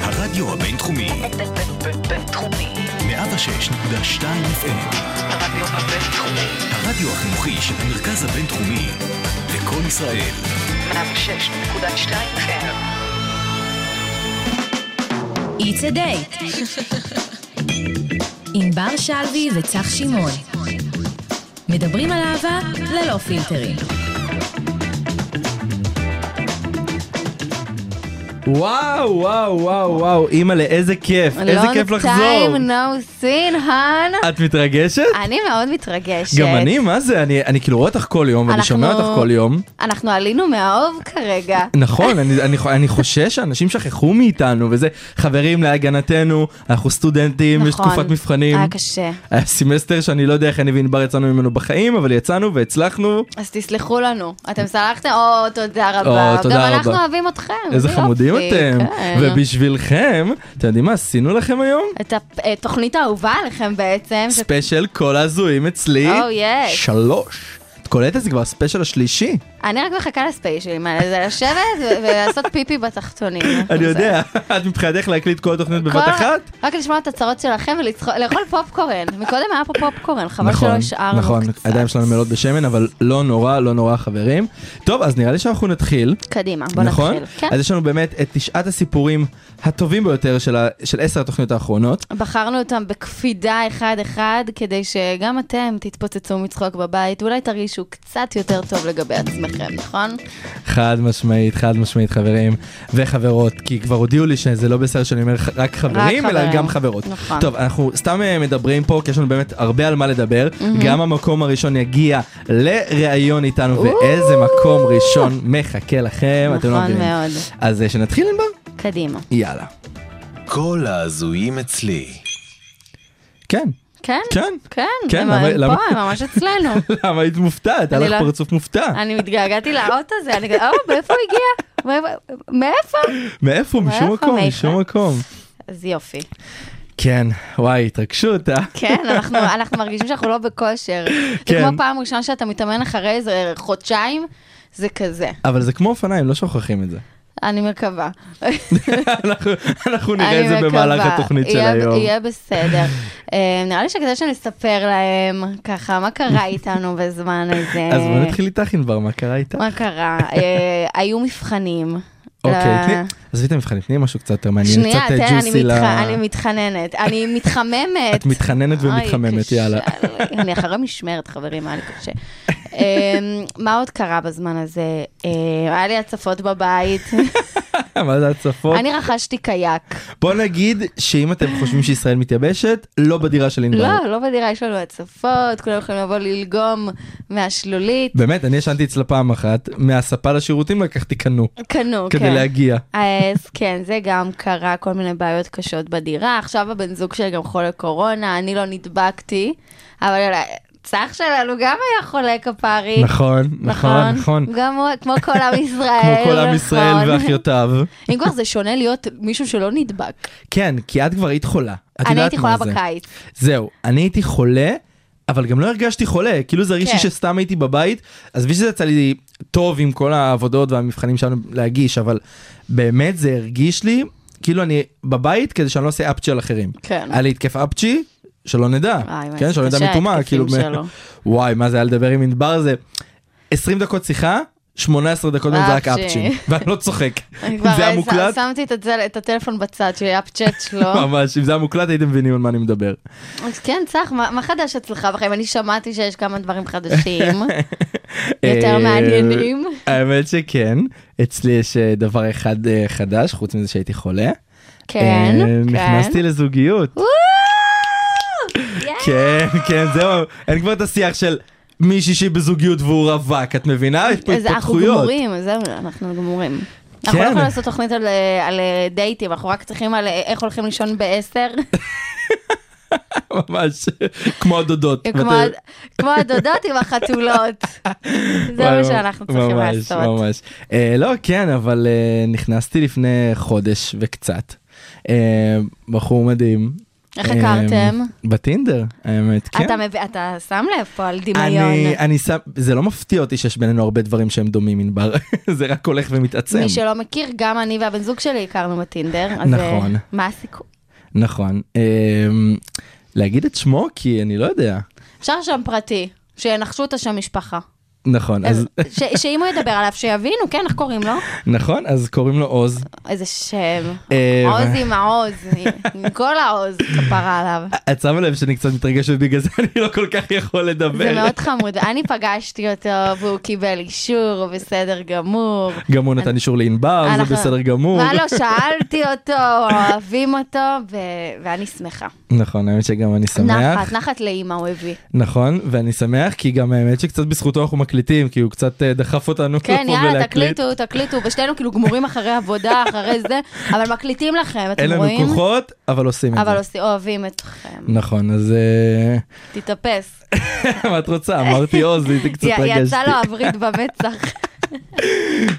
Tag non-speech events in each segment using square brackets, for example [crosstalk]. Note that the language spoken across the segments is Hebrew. הרדיו הבינתחומי, בינתחומי. 106.2 FM, הרדיו הבינתחומי. הרדיו החינוכי של המרכז הבינתחומי, לקום ישראל, 106.2 FM. It's a date. עם בר שלוי וצח שמעון. מדברים על אהבה ללא פילטרים. וואו, וואו, וואו, וואו, אימא לאיזה כיף, איזה כיף לחזור. long time לא no seen, האן. את מתרגשת? אני מאוד מתרגשת. גם אני, מה זה? אני אני כאילו רואה אותך כל יום, ואני אנחנו- שומע אותך כל יום. אנחנו עלינו מהאוב כרגע. נכון, [laughs] אני- אני חו- אני חושש שאנשים שכחו מאיתנו, וזה חברים להגנתנו, אנחנו סטודנטים, יש נכון. תקופת מבחנים. היה קשה. היה סמסטר שאני לא יודע איך אני וענבר יצאנו ממנו בחיים, אבל יצאנו והצלחנו. אז תסלחו לנו. אתם סלחתם? או, תודה רבה. או, תודה גם אנחנו רבה. אוהבים אתכם. איזה כן, יופי, חמודים אתם. כן. ובשבילכם, אתם יודעים מה עשינו לכם היום? את התוכנית האהובה עליכם בעצם. ש- ספיישל כל הזויים אצלי. Oh, yes. שלוש. את קולטת? זה כבר הספיישל [laughs] השלישי. אני רק מחכה לספיישלים האלה, זה לשבת ו- ולעשות פיפי בתחתונים. [laughs] אני זה- יודע. את מבחינתך להקליט כל התוכנית כל- בבת אחת? רק לשמוע את הצרות שלכם ולאכול פופקורן. מקודם היה פה פופקורן, חבל שלא השארנו נכון, קצת. הידיים שלנו מלאות בשמן, אבל לא נורא, לא נורא חברים. טוב, אז נראה לי שאנחנו נתחיל. קדימה, בוא נכון? נתחיל. כן. אז יש לנו באמת את תשעת הסיפורים הטובים ביותר של ה- של עשר התוכניות האחרונות. בחרנו אותם בקפידה אחד-אחד, כדי שגם אתם תתפוצצו מצחוק בבית, אולי תרגישו קצת יותר טוב לגבי עצמכם, נכון? חד משמעית, חד משמעית חברים וחברות, כי כבר הודיעו לי שזה לא בסדר שאני אומר ח- רק חברים, אלא חברים. גם חברות. נכון. טוב, אנחנו סתם אה, מדברים פה, כי יש לנו באמת הרבה על מה לדבר. גם המקום הראשון יגיע לראיון איתנו, ואיזה מקום ראשון מחכה לכם, אתם לא נכון מבינים. מאוד. אז אה, שנתחיל ענבר? קדימה. יאללה. [laughs] כל ההזויים אצלי. כן, כן? כן. כן, כן, הם, למה- הם למה- פה, הם ממש [laughs] אצלנו. למה היית מופתעת? היה אני לך לא- פרצוף מופתע. אני מתגעגעתי לאות הזה, אני כזה, או, מאיפה הוא הגיע? מאיפה- מאיפה? מאיפה? משום מאיפה? מקום, מאיפה? משום מקום. אז יופי. כן, וואי, התרגשות, אה? כן, אנחנו, אנחנו מרגישים שאנחנו לא בכושר. זה כן. כמו פעם ראשונה שאתה מתאמן אחרי איזה חודשיים, זה כזה. אבל זה כמו אופניים, לא שוכחים את זה. אני מקווה. אנחנו- אנחנו נראה את אני זה מקווה. במהלך התוכנית של יהיה- היום. יהיה בסדר. [laughs] אה, נראה לי שכדאי שנספר להם ככה מה קרה איתנו בזמן הזה. אז בוא נתחיל איתך ענבר, מה קרה איתך? מה קרה? אה, היו מבחנים. אוקיי, ל- תני- עזבי את המבחנים, תני משהו קצת יותר מעניין, לא. שנייה, קצת אה, תן, אני ג'וסי ל... מתח- אני מתחננת. [laughs] אני מתחממת. את מתחננת אוי, ומתחממת, קשה יאללה. [laughs] לי. אני אחרי משמרת, חברים, היה לי קשה. אה, מה עוד קרה בזמן הזה? אה, היה לי הצפות בבית. מה זה הצפות? אני רכשתי קיאק. בוא נגיד שאם אתם חושבים שישראל מתייבשת, לא בדירה של ענבר. לא, לא בדירה, יש לנו הצפות, כולם יכולים לבוא ללגום מהשלולית. באמת, אני ישנתי אצלה פעם אחת, מהספה לשירותים לקחתי קנו, קנו, כדי כן. להגיע. אז כן, זה גם קרה, כל מיני בעיות קשות בדירה. עכשיו הבן זוג שלי גם חולה קורונה, אני לא נדבקתי, אבל צח שלנו גם היה חולה כפרי. נכון, נכון, נכון. גם הוא, כמו כל [laughs] עם ישראל. כמו כל עם ישראל נכון. ואחיותיו. אם כבר זה שונה להיות מישהו שלא נדבק. כן, כי את כבר היית חולה. את אני יודעת הייתי מה חולה זה. בקיץ. זהו, אני הייתי חולה, אבל גם לא הרגשתי חולה, כאילו זה הרגיש לי כן. שסתם הייתי בבית, עזבי שזה יצא לי טוב עם כל העבודות והמבחנים שלנו להגיש, אבל באמת זה הרגיש לי, כאילו אני בבית כדי שאני לא אעשה אפצ'י על אחרים. כן. היה לי התקף אפצ'י, שלא נדע, וואי, וואי, כן, זה שלא נדע קשה, מטומאה, כאילו, ההתקפים מ- שלו. [laughs] וואי, מה זה היה לדבר עם ענבר זה 20 דקות שיחה, 18 דקות מהם זה רק אפצ'י. אפצ'י, ואני לא צוחק, אני אם כבר זה היה ש- מוקלט, שמתי את הצל- את הטלפון בצד, שיהיה הפצ'אט שלו. ממש, אם זה היה מוקלט הייתם מבינים על מה אני מדבר. אז כן, צח, מה מה חדש אצלך בחיים? אני שמעתי שיש כמה דברים חדשים, [laughs] יותר אה, מעניינים. האמת שכן, אצלי יש אה, דבר אחד אה, חדש, חוץ מזה שהייתי חולה. כן, אה, כן. נכנסתי לזוגיות. כן, כן, זהו, אין כבר את השיח של מישהי שהיא בזוגיות והוא רווק, את מבינה? יש פה אז אנחנו התפתחויות. גמורים, זהו, אנחנו גמורים. אנחנו כן. לא יכולים לעשות תוכנית על, אה, על אה, דייטים, אנחנו רק צריכים על אה, איך הולכים לישון [laughs] בעשר, ממש, כמו הדודות. כמו ואתם- ה- כמו הדודות עם [laughs] החתולות. זה וואי, מה שאנחנו צריכים ממש, לעשות. ממש. אה, לא, כן, אבל אה, נכנסתי לפני חודש וקצת. אה, בחור מדהים. איך הכרתם? אמ, בטינדר, האמת, כן. אתה מב- אתה שם לב פה על דמיון. אני, אני שם, זה לא מפתיע אותי שיש בינינו הרבה דברים שהם דומים ענבר, [laughs] זה רק הולך ומתעצם. מי שלא מכיר, גם אני והבן זוג שלי הכרנו בטינדר. אז, אה, נכון. מה הסיכוי? נכון. אמ, להגיד את שמו? כי אני לא יודע. אפשר שם פרטי, שינחשו את השם משפחה. [laughs] נכון, אז, ש- שאם הוא ידבר עליו, שיבינו, כן, איך קוראים לו? נכון, אז קוראים לו עוז. איזה שם. אה, עוז עם העוז, עם כל העוז כפרה עליו. את שמה לב שאני קצת מתרגש ובגלל זה [laughs] אני לא כל כך יכול לדבר. זה מאוד חמוד, אני פגשתי אותו והוא קיבל אישור, הוא בסדר גמור. גם הוא נתן אישור לענבר, אה, זה אנחנו- בסדר גמור. מה לא, שאלתי אותו, אוהבים אותו, ו- ואני שמחה. [laughs] נכון, האמת שגם אני שמח. נחת, נחת לאימא הוא [laughs] הביא. נכון, ואני שמח כי גם האמת שקצת בזכותו אנחנו מקליטים, כי הוא קצת אה, דחף אותנו כן, פה יאללה, ולהקליט. תקליטו, תקליטו, ושתינו כאילו גמורים אחרי עבודה, אחרי זה, אבל מקליטים לכם, אין אתם לנו רואים? כוחות, אבל עושים את זה. אבל עושים- אוהבים אתכם, נכון, אז אה, [laughs] תתאפס. מה את רוצה? אמרתי עוז, הייתי קצת י- רגשתי. יצא לו הווריד במצח.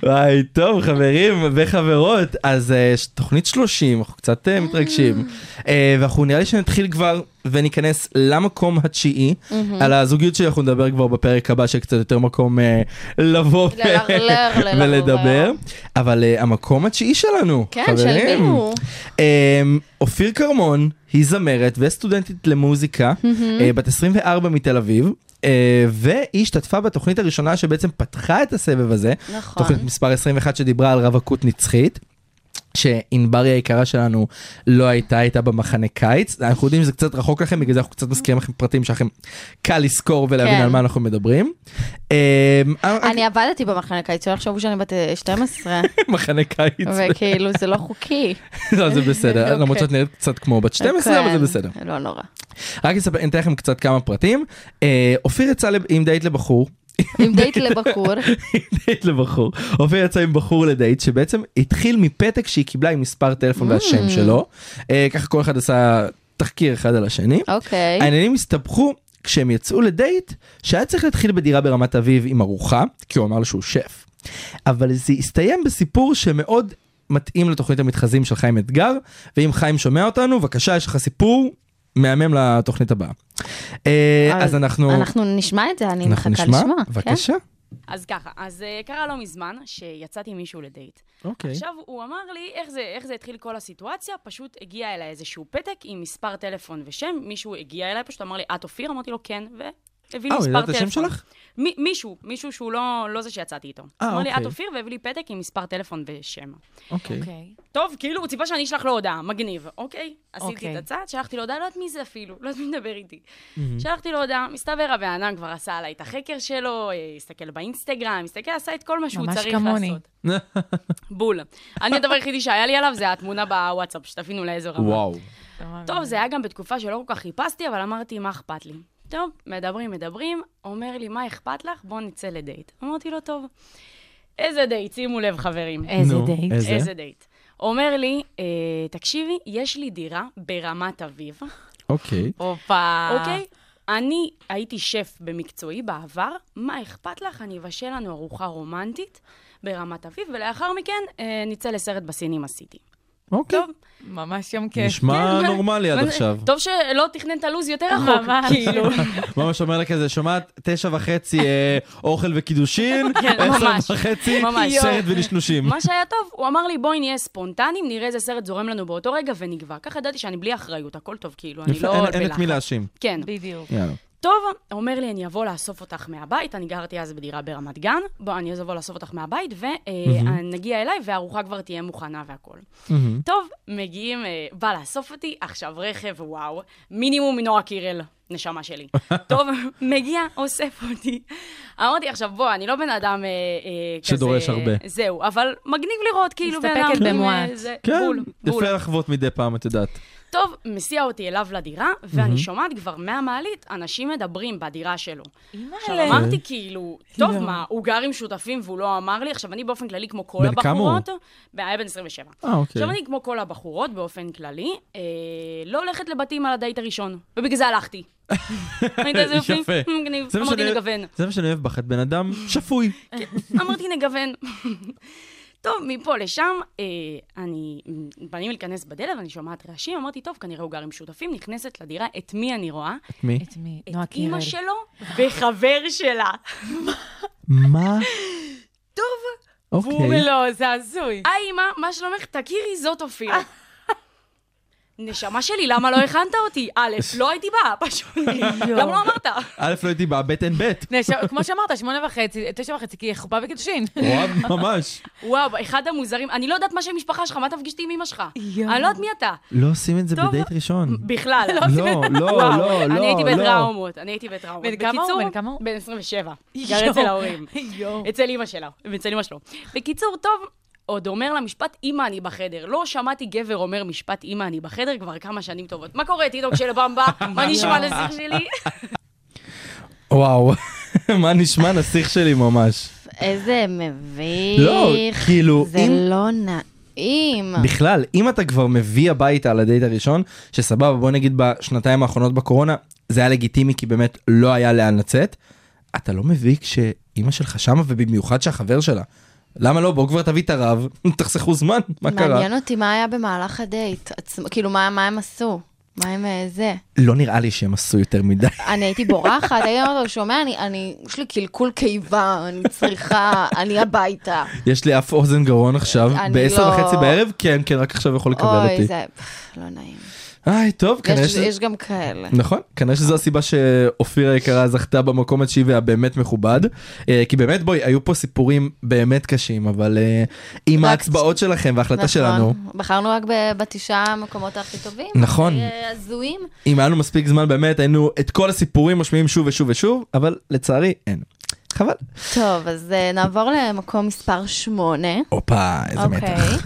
וואי, טוב, חברים וחברות, אז אה, ש- תוכנית 30, אנחנו קצת אה, מתרגשים. אה, ואנחנו נראה לי שנתחיל כבר וניכנס למקום התשיעי. על הזוגיות שלי אנחנו נדבר כבר בפרק הבא, שקצת יותר מקום אה, לבוא ו- ללרלר, ללרלר. ולדבר. אבל אה, המקום התשיעי שלנו, כן, חברים. של מי הוא? אמ, אופיר כרמון היא זמרת וסטודנטית למוזיקה, אה, בת 24 מתל אביב. אה, והיא השתתפה בתוכנית הראשונה שבעצם פתחה את הסבב הזה, נכון. תוכנית מספר 21 שדיברה על רווקות נצחית. שענברי היקרה שלנו לא הייתה איתה במחנה קיץ, אנחנו יודעים שזה קצת רחוק לכם, בגלל זה אנחנו קצת מזכירים לכם פרטים שלכם קל לזכור ולהבין כן. על מה אנחנו מדברים. אמ, [laughs] אני עבדתי במחנה קיץ, שלא יחשבו שאני בת אה, 12, מחנה קיץ, וכאילו זה לא חוקי. [laughs] לא, זה בסדר, אוקיי. למרות שאת נראית קצת כמו בת 12, אבל כן, זה בסדר. לא נורא. רק אספר, אני אתן לכם קצת כמה פרטים. אה, אופיר יצא לב- עם דייט לבחור. עם [laughs] דייט לבחור, עם דייט לבחור. אופיר יצא עם בחור לדייט שבעצם התחיל מפתק שהיא קיבלה עם מספר Mm. טלפון והשם שלו. אה, ככה כל אחד עשה תחקיר אחד על השני. אוקיי. העניינים הסתבכו כשהם יצאו לדייט שהיה צריך להתחיל בדירה ברמת אביב עם ארוחה כי הוא אמר לו שהוא שף. אבל זה הסתיים בסיפור שמאוד מתאים לתוכנית המתחזים של חיים אתגר ואם חיים שומע אותנו בבקשה יש לך סיפור מהמם לתוכנית הבאה. אה, אז אנחנו אנחנו נשמע את זה, אני מחכה אנחנו לשמוע. נשמע כן. בבקשה. אז ככה, אז אה, קרה לא מזמן שיצאתי עם מישהו לדייט. אוקיי. עכשיו, הוא אמר לי איך זה, איך זה התחיל כל הסיטואציה, פשוט הגיע אליי איזשהו פתק עם מספר טלפון ושם, מישהו הגיע אליי, פשוט אמר לי, את אופיר? אמרתי לו, כן, והביא לי אה, הוא מספר טלפון. ידע את השם שלך? מ- מישהו, מישהו שהוא לא, לא זה שיצאתי איתו. אה, אמר לי, אוקיי. את אופיר, והביא לי פתק עם מספר טלפון ושם. אוקיי. טוב, כאילו, הוא ציפה שאני אשלח לו הודעה, מגניב. אוקיי, עשיתי אוקיי. את הצעד, שלחתי לו הודעה, לא יודעת מי זה אפילו, לא יודעת מי מדבר איתי. Mm-hmm. שלחתי לו הודעה, מסתבר, הבן אדם כבר עשה עליי את החקר שלו, אה, הסתכל באינסטגרם, הסתכל, עשה את כל מה שהוא ממש צריך כמוני. לעשות. בול. אני, הדבר היחידי שהיה לי עליו זה התמונה בוואטסאפ, שתבינו לאיזו רמה. טוב, זה היה גם בתקופה שלא כל כך חיפשתי, אבל אמרתי, מה אכפת לי? טוב, מדברים, מדברים, אומר לי, מה אכפת לך? בוא נצא לדייט. אמרתי לו, טוב. איזה דייט, שימו לב, חברים. איזה נו, דייט. איזה? איזה דייט. אומר לי, אה, תקשיבי, יש לי דירה ברמת אביב, אוקיי. הופה. אוקיי? אני הייתי שף במקצועי בעבר, מה אכפת לך? אני אבשל לנו ארוחה רומנטית ברמת אביב, ולאחר מכן אה, נצא לסרט בסינימה סיטי. אוקיי. טוב, ממש יום כיף. נשמע נורמלי עד מה זה- עכשיו. כן, טוב שלא תכנן את הלו"ז יותר רחוק, ממש. כאילו. [laughs] ממש אומר לה כזה, שומעת? תשע וחצי אה, אוכל וקידושין, כן, ממש. עשר וחצי ממש. סרט ונשנושים. מה שהיה טוב, הוא אמר לי, בואי נהיה ספונטניים, נראה איזה סרט זורם לנו באותו רגע ונקבע. ככה ידעתי שאני בלי אחריות, הכל טוב, כאילו, אני יפה, לא אין- אין את מי בלחץ. להאשים. כן. בדיוק. יאללה. טוב, אומר לי, אני אבוא לאסוף אותך מהבית, אני גרתי אז בדירה ברמת גן, בוא, אני אז אבוא לאסוף אותך מהבית, ונגיע אליי, והארוחה כבר תהיה מוכנה והכול. טוב, מגיעים, אה, בא לאסוף אותי, עכשיו רכב, וואו, מינימום נועה קירל, נשמה [laughs] שלי. טוב, מגיע, אוסף אותי. אמרתי, עכשיו, בוא, אני לא בן אדם אה, אה, כזה... שדורש הרבה. זהו, אבל מגניב לראות, כאילו, בן אדם... מסתפקת עם, אה, במועט. זה- כן, בול, בול. יפה לחוות מדי פעם, את יודעת. טוב, מסיע אותי אליו לדירה, ואני שומעת כבר מהמעלית אנשים מדברים בדירה שלו. עכשיו עליי. אמרתי כאילו, כן. טוב לא. מה, הוא גר עם שותפים והוא לא אמר לי, עכשיו אני באופן כללי כמו כל בן כמה הוא? הבחורות, ב- היה בן 27. אה, אוקיי. עכשיו אני כמו כל הבחורות באופן כללי, אה, לא הולכת לבתים על הדייט הראשון, ובגלל זה [laughs] הלכתי. ראית איזה יופי? אה, יפה. מגניב, זה מה אמרתי שאני- לגוון. [laughs] זה מה שאני אוהב בך, את בן אדם שפוי. אמרתי נגוון. כן. טוב, מפה לשם, אה, אני, בנים להיכנס בדלת, אני שומעת רעשים, אמרתי, טוב, כנראה הוא גר עם שותפים, נכנסת לדירה, את מי אני רואה? את מי? את מי? את נועה אימא קירל. שלו וחבר שלה. מה? טוב. והוא אומר אוקיי. לא, לו, זה הזוי. היי אימא, מה שלומך? תכירי, זאת אופירה. [laughs] נשמה שלי, למה לא הכנת אותי? [laughs] א', לא הייתי באה, פשוט. למה לא אמרת? א', לא הייתי בבטן ב'. נש- כמו שאמרת, שמונה וחצי, תשע וחצי, כי חופה וקידושין. וואו, ממש. וואו, אחד המוזרים, אני לא יודעת מה שם משפחה שלך, מה תפגישתי עם אמא שלך? יואו. אני לא יודעת מי אתה. לא עושים את זה טוב. בדייט ראשון. בכלל. לא, לא, וואו, לא, לא. אני הייתי לא. בטראומות, אני הייתי בטראומות. בן כמה הוא? בקיצור, בן כמה הוא? בן 27. גר יואו. אצל ההורים. יואו. אצל אימא שלה, אצל אימא שלו. בקיצור, טוב, עוד אומר לה משפט אימא אני בחדר. לא שמעתי גבר אומר משפט אימא אני בחדר כבר כמה שנים טובות. מה קורה, תינוק של [laughs] במבה? מה נשמע לזיך שלי? וואו, [laughs] מה נשמע נסיך שלי ממש. איזה מביך. לא, כאילו, זה אם- לא נעים. בכלל, אם אתה כבר מביא הביתה על הדייט הראשון, שסבבה, בוא נגיד בשנתיים האחרונות בקורונה, זה היה לגיטימי כי באמת לא היה לאן לצאת, אתה לא מביא כשאימא שלך שמה ובמיוחד שהחבר שלה. למה לא? בוא כבר תביא את הרב, [laughs] תחסכו זמן, מה קרה? מעניין אותי מה היה במהלך הדייט. עצמו- כאילו, מה מה הם עשו? מה הם אה, זה? לא נראה לי שהם עשו יותר מדי. [laughs] אני הייתי בורחת, הייתי אומרת לו, שומע, אני- אני, יש לי קלקול קיבה, אני צריכה, אני הביתה. יש לי אף אוזן גרון עכשיו, אני בעשר לא- וחצי בערב, כן, כן, רק עכשיו יכול לקבל אותי. אוי, זה פff, לא נעים. היי, טוב, כנראה יש- שזה... יש גם כאלה. נכון, כנראה שזו הסיבה שאופירה היקרה זכתה במקום התשיעי והבאמת מכובד. אה, כי באמת, בואי, היו פה סיפורים באמת קשים, אבל אה, עם רק- ההצבעות שלכם וההחלטה נכון. שלנו, בחרנו רק ב- בתשעה המקומות הכי טובים. נכון. אה, הזויים. אם היה לנו מספיק זמן באמת, היינו את כל הסיפורים משמיעים שוב ושוב ושוב, אבל לצערי אין. חבל. טוב, אז אה, נעבור למקום מספר שמונה. אוקיי. הופה, איזה מתח.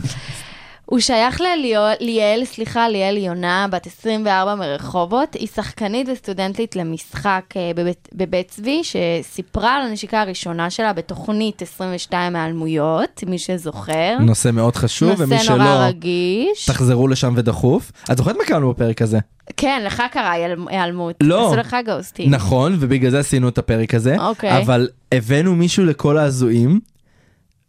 הוא שייך לליאל, ליאל, סליחה, ליאל יונה, בת 24 מרחובות. היא שחקנית וסטודנטית למשחק אה, בבית, בבית צבי, שסיפרה על הנשיקה הראשונה שלה בתוכנית 22 היעלמויות, מי שזוכר. נושא מאוד חשוב, ומי כן. נושא נורא שלא, רגיש. תחזרו לשם ודחוף. את זוכרת מה קראנו בפרק הזה? כן, לך קרה היעל- היעלמות. לא. עשו לך גאוסטינג. נכון, ובגלל זה עשינו את הפרק הזה. אוקיי. אבל הבאנו מישהו לכל ההזויים,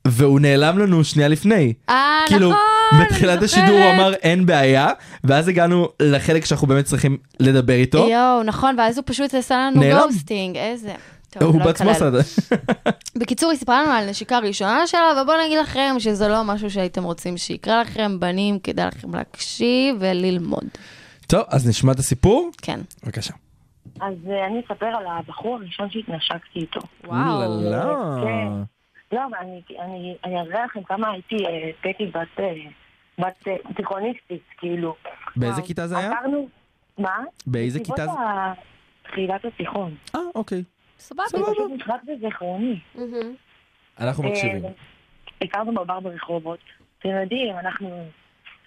והוא נעלם לנו שנייה לפני. אה, כאילו, נכון, בתחילת אני השידור הוא זוכרת. אמר אין בעיה, ואז הגענו לחלק שאנחנו באמת צריכים לדבר איתו. יואו, נכון, ואז הוא פשוט עשה לנו נעלם. גאוסטינג, איזה... טוב, הוא לא בעצמו אקלל. עשה את זה. בקיצור, היא סיפרה לנו על הנשיקה הראשונה שלה, ובואו נגיד לכם שזה לא משהו שהייתם רוצים שיקרה לכם, בנים, כדאי לכם להקשיב וללמוד. טוב, אז נשמע את הסיפור? כן. בבקשה. אז אה, אני אספר על הבחור הראשון שהתנשקתי איתו. וואו. אוללה. כן. לא, אבל אני, אני, אני אראה לכם כמה הייתי אה, פטי בת, אה, בת אה, תיכוניסטית, כאילו. באיזה כיתה זה היה? עברנו... מה? באיזה בסביבות כיתה זה? ה- תחילת התיכון. אה, אוקיי. זה פשוט נחרק בזיכרוני. אנחנו מקשיבים. אה, הכרנו בבר ברחובות. אתם יודעים, אנחנו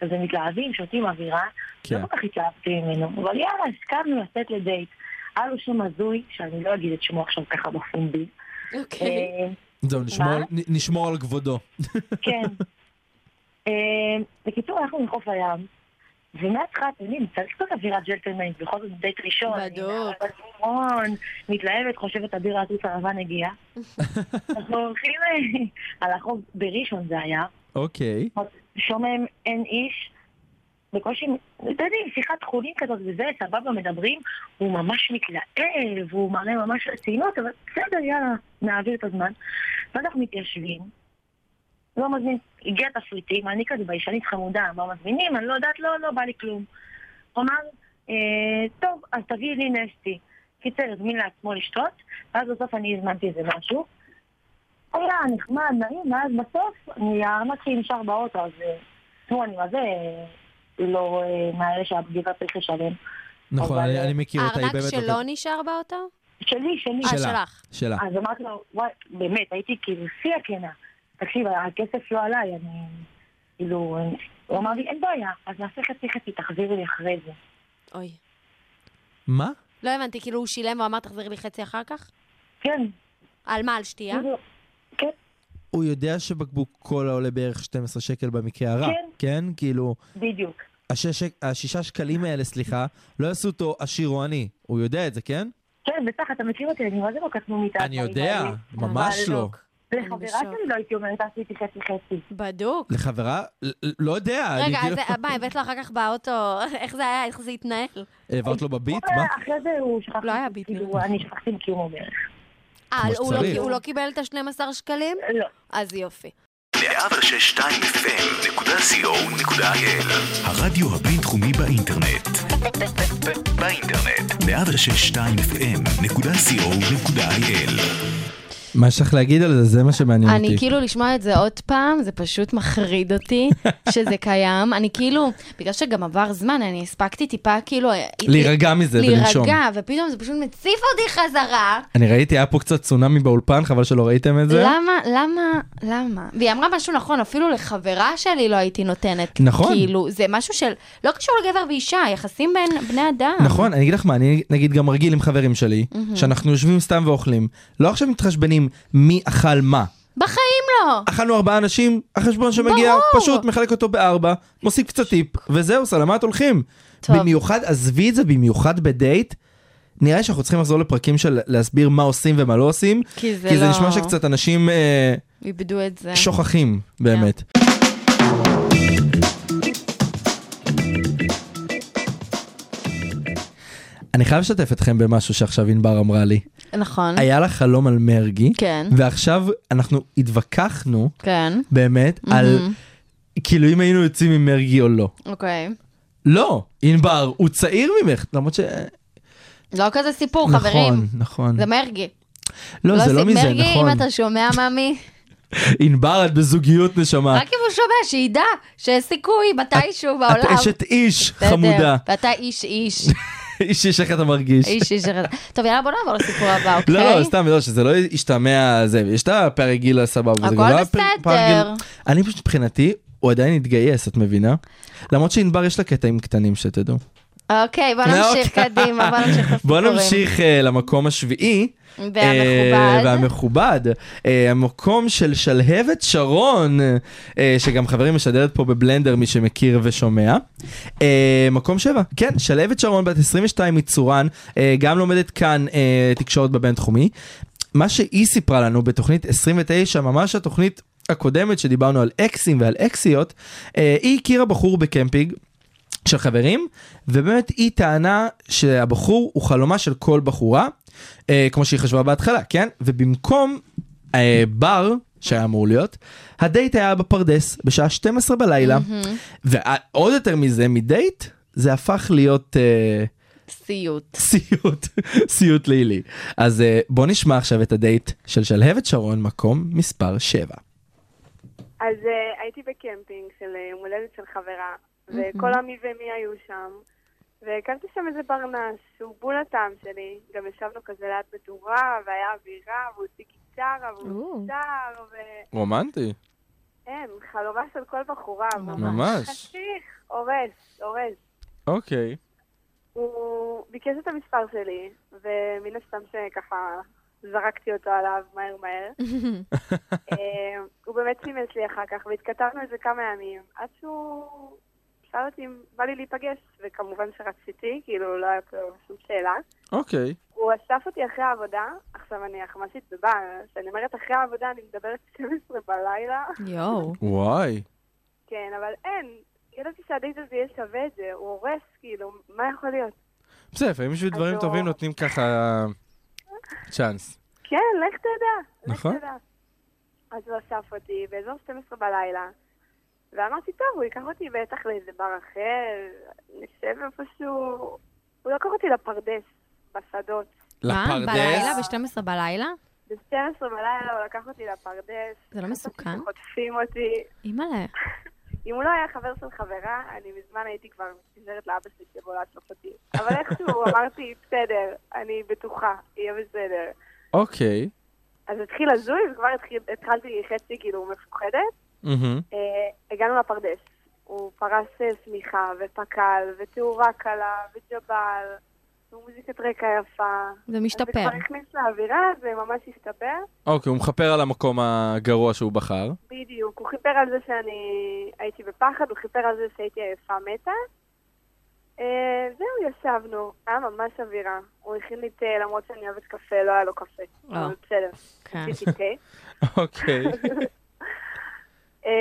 כזה מתלהבים, שותים אווירה. כן. לא כל כך התלהבתי ממנו, אבל יאללה, הסכמנו לצאת לדייט. היה לו שם הזוי, שאני לא אגיד את שמו עכשיו ככה בפומבי. אה, זהו, נשמור- מה? נ- נשמור על כבודו. כן. אה, בקיצור, אנחנו מחוף הים, ומההתחלה, אתם יודעים, צריך קצת אווירה ג'נטלמנט, בכל זאת דייט ראשון. בדוק. אני נערה בצפון, מתלהבת, חושבת אביר העטוץ הלבן הגיע. אנחנו הולכים אה, על החוף בראשון זה היה, אוקיי. שומם אין איש. בקושי, אתם יודעים, שיחת חולין כזאת וזה, סבבה, מדברים, הוא ממש מתלהב, הוא מראה ממש רצינות, אבל בסדר, יאללה, נעביר את הזמן. ואז אנחנו מתיישבים, לא מזמין, הגיע תפריטים, אני כזה ביישנית חמודה, מה מזמינים, אני לא יודעת, לא, לא בא לי כלום. הוא אמר, אה, טוב, אז תביאי לי נסטי. קיצר, הזמין לעצמו לשתות, ואז בסוף אני הזמנתי איזה משהו. היה נחמד, נעים, ואז בסוף, אני- הארנק נשאר באוטו, אז אה, תראו, אני מה זה אה, לא אה, מאלה שהבגיבה צריך לשלם. נכון, אבל- אני אני מכיר אותה, היא הארנק באמת... שלו נשאר באוטו? שלי, שלי. אה, שלך. שלה. אז אמרתי לו, וואי, באמת, הייתי כאילו שיא הכנה. תקשיב, הכסף לא עליי, אני... כאילו, אני- הוא אמר לי, אין בעיה, אז נעשה חצי חצי, תחזירי לי אחרי זה. אוי. מה? לא הבנתי, כאילו הוא שילם והוא אמר, תחזרי לי חצי אחר כך? כן, על מה, על שתייה? כאילו, כן, הוא יודע שבקבוק קולה עולה בערך 12 שקל במקרה הרע. כן. כן? כאילו... בדיוק. השש, השישה שקלים האלה, סליחה, לא יעשו אותו עשיר או עני. הוא יודע את זה, כן? כן, בטח, אתה מכיר אותי, אני מה זה לא קטנונית. אני יודע, הדברים האלה. ממש אבל- לא. לחברה שלי לא הייתי אומרת, עשיתי חצי חצי. [laughs] בדוק. לחברה? ל- ל- לא יודע. אני רגע, כאילו- אז אה, מה, הבאת לו אחר כך באוטו, [laughs] איך זה היה, איך זה התנהל? העברת לו בביט? אה, מה? אחרי זה הוא שכח, לא היה ביט, כאילו, אני שכחתי עם קיום אומר. אה, כמו הוא לא- שצריך. הוא לא קיבל את ה-12 שקלים? לא. אז יופי. 106.2 fm.co.il הרדיו הבינתחומי באינטרנט. באינטרנט. 106.2 fm.co.il מה יש לך להגיד על זה? זה מה שמעניין אותי. אני כאילו לשמוע את זה עוד פעם, זה פשוט מחריד [laughs] אותי שזה קיים. אני כאילו, בגלל שגם עבר זמן, אני הספקתי טיפה כאילו... להירגע מזה ולנשום. להירגע, ופתאום זה פשוט מציף אותי חזרה. אני ראיתי, היה פה קצת צונאמי באולפן, חבל שלא ראיתם את זה. למה, למה, למה? והיא אמרה משהו נכון, אפילו לחברה שלי לא הייתי נותנת. נכון. כאילו, זה משהו של, לא קשור לגבר ואישה, יחסים בין בני אדם. נכון, אני אגיד לך מה, אני נגיד גם רגיל עם חברים שלי, שאנחנו יושבים סתם ואוכלים, לא עכשיו מתחשבנים מי אכל מה. בחיים לא. אכלנו ארבעה אנשים, החשבון שמגיע, ברור. פשוט מחלק אותו בארבע, מוסיף קצת טיפ, וזהו, סלמת הולכים. טוב. במיוחד, עזבי את זה, במיוחד בדייט, נראה לי שאנחנו צריכים לחזור לפרקים של להסביר מה עושים ומה לא עושים, כי זה כי זה לא- נשמע שקצת אנשים אה, איבדו את זה. כן. שוכחים באמת. אני חייב לשתף אתכם במשהו שעכשיו ענבר אמרה לי. נכון. היה לה חלום על מרגי, כן. ועכשיו אנחנו התווכחנו כן, באמת על כאילו אם היינו יוצאים עם מרגי או לא. אוקיי. לא, ענבר, הוא צעיר ממך, למרות ש... לא כזה סיפור, נכון, חברים. נכון. זה מרגי. לא, זה לא סי- מזה, מרגי, נכון. אם אתה [laughs] שומע, ממי, ענבר, את בזוגיות, נשמה. רק אם הוא שומע, שידע שיש סיכוי מתישהו בעולם. את אשת איש, בסדר. חמודה. ואתה איש איש. איש [laughs] איש, איך אתה מרגיש? איש איש. טוב, יאללה, בוא נעבור לסיפור הבא, אוקיי? לא, לא, סתם, לא, שזה לא ישתמע זה, יש את הפרק גיל הסבבה. וזה הכל גם לא הפרק- בסדר. פרק גיל- אני פשוט, מבחינתי, הוא עדיין התגייס, את מבינה? למרות שענבר יש לה קטעים קטנים שתדעו. אוקיי, לא, בוא נמשיך קדימה, בוא נמשיך [laughs] בוא לסיפורים. נמשיך אה, למקום השביעי. והמכובד. אה, והמכובד. אה, המקום של שלהבת שרון, אה, שגם חברים משדרת פה בבלנדר, מי שמכיר ושומע. אה, מקום שבע, כן, שלהבת שרון, בת 22 מצורן, אה, גם לומדת כאן אה, תקשורת בבינתחומי. מה שהיא סיפרה לנו בתוכנית 29, ממש התוכנית הקודמת שדיברנו על אקסים ועל אקסיות, אה, היא הכירה בחור בקמפינג. של חברים, ובאמת היא טענה שהבחור הוא חלומה של כל בחורה, אה, כמו שהיא חשבה בהתחלה, כן? ובמקום אה, בר, שהיה אמור להיות, הדייט היה בפרדס בשעה 12 בלילה, ועוד יותר מזה, מדייט, זה הפך להיות אה, סיוט. סיוט, [laughs] סיוט לילי. אז אה, בוא נשמע עכשיו את הדייט של שלהבת שרון, מקום מספר 7. אז uh, הייתי בקמפינג של אה, יום הולדת של חברה, וכל המי ומי היו שם, והקמתי שם איזה ברנש, שהוא בול הטעם שלי. גם ישבנו כזה ליד מדורה, והיה אווירה, והוא הוציא גיטרה, או. והוא שר, ו... רומנטי, אין, חלומה של כל בחורה. והוא ממש. חשיך, הורס, הורס. אוקיי. הוא ביקש את המספר שלי, ומן הסתם שככה זרקתי אותו עליו מהר מהר. אה, הוא באמת סימס לי אחר כך, והתכתבנו את זה כמה ימים, עד שהוא שאל אותי אם בא לי להיפגש, וכמובן שרציתי, כאילו לא היה פה שום שאלה. אוקיי. הוא אסף אותי אחרי העבודה, עכשיו אני החמשית בבר, כשאני אומרת אחרי העבודה אני מדברת 12 בלילה. יואו. וואי. כן, אבל אין, ידעתי שהדייט הזה יהיה שווה את זה, הוא הורס, כאילו, מה יכול להיות? בסדר, לפעמים בשביל אז דברים לא. טובים נותנים ככה אה, צ'אנס. כן, לך תדע. נכון. לך תדע. אז הוא אסף אותי באזור 12 בלילה, ואמרתי, טוב, הוא ייקח אותי בטח לאיזה בר אחר, נשב איפשהו... הוא לקח אותי לפרדס, בשדות. [laughs] מה, בלילה? ב-12 בלילה? ב-12 בלילה הוא לקח אותי לפרדס. זה לא אה? מסוכן? חוטפים אותי. אימא'לה. אם הוא לא היה חבר של חברה, אני מזמן הייתי כבר מתנזרת לאבא שלי שיבוא לאסוף אותי. אבל איכשהו אמרתי, בסדר, אני בטוחה, יהיה בסדר. אוקיי. אז התחיל הזוי, וכבר התחיל- התחלתי חצי כאילו מפוחדת. מהמם. אה, הגענו לפרדס. הוא פרס אה, שמיכה, ופקל, ותאורה קלה, וג'בל, ומוזיקת רקע יפה. זה אז זה משתפר. כבר הכניס לאווירה, זה ממש השתפר. אוקיי, הוא מכפר על המקום הגרוע שהוא בחר. בדיוק. הוא חיפר על זה שאני הייתי בפחד, הוא חיפר על זה שהייתי עייפה מתה. אה, זהו, ישבנו. היה ממש אווירה. הוא הכין לי תה, למרות שאני אוהבת קפה, לא היה לו קפה. אבל בסדר. כן. עשיתי תה. [laughs] אוקיי. [laughs] אה,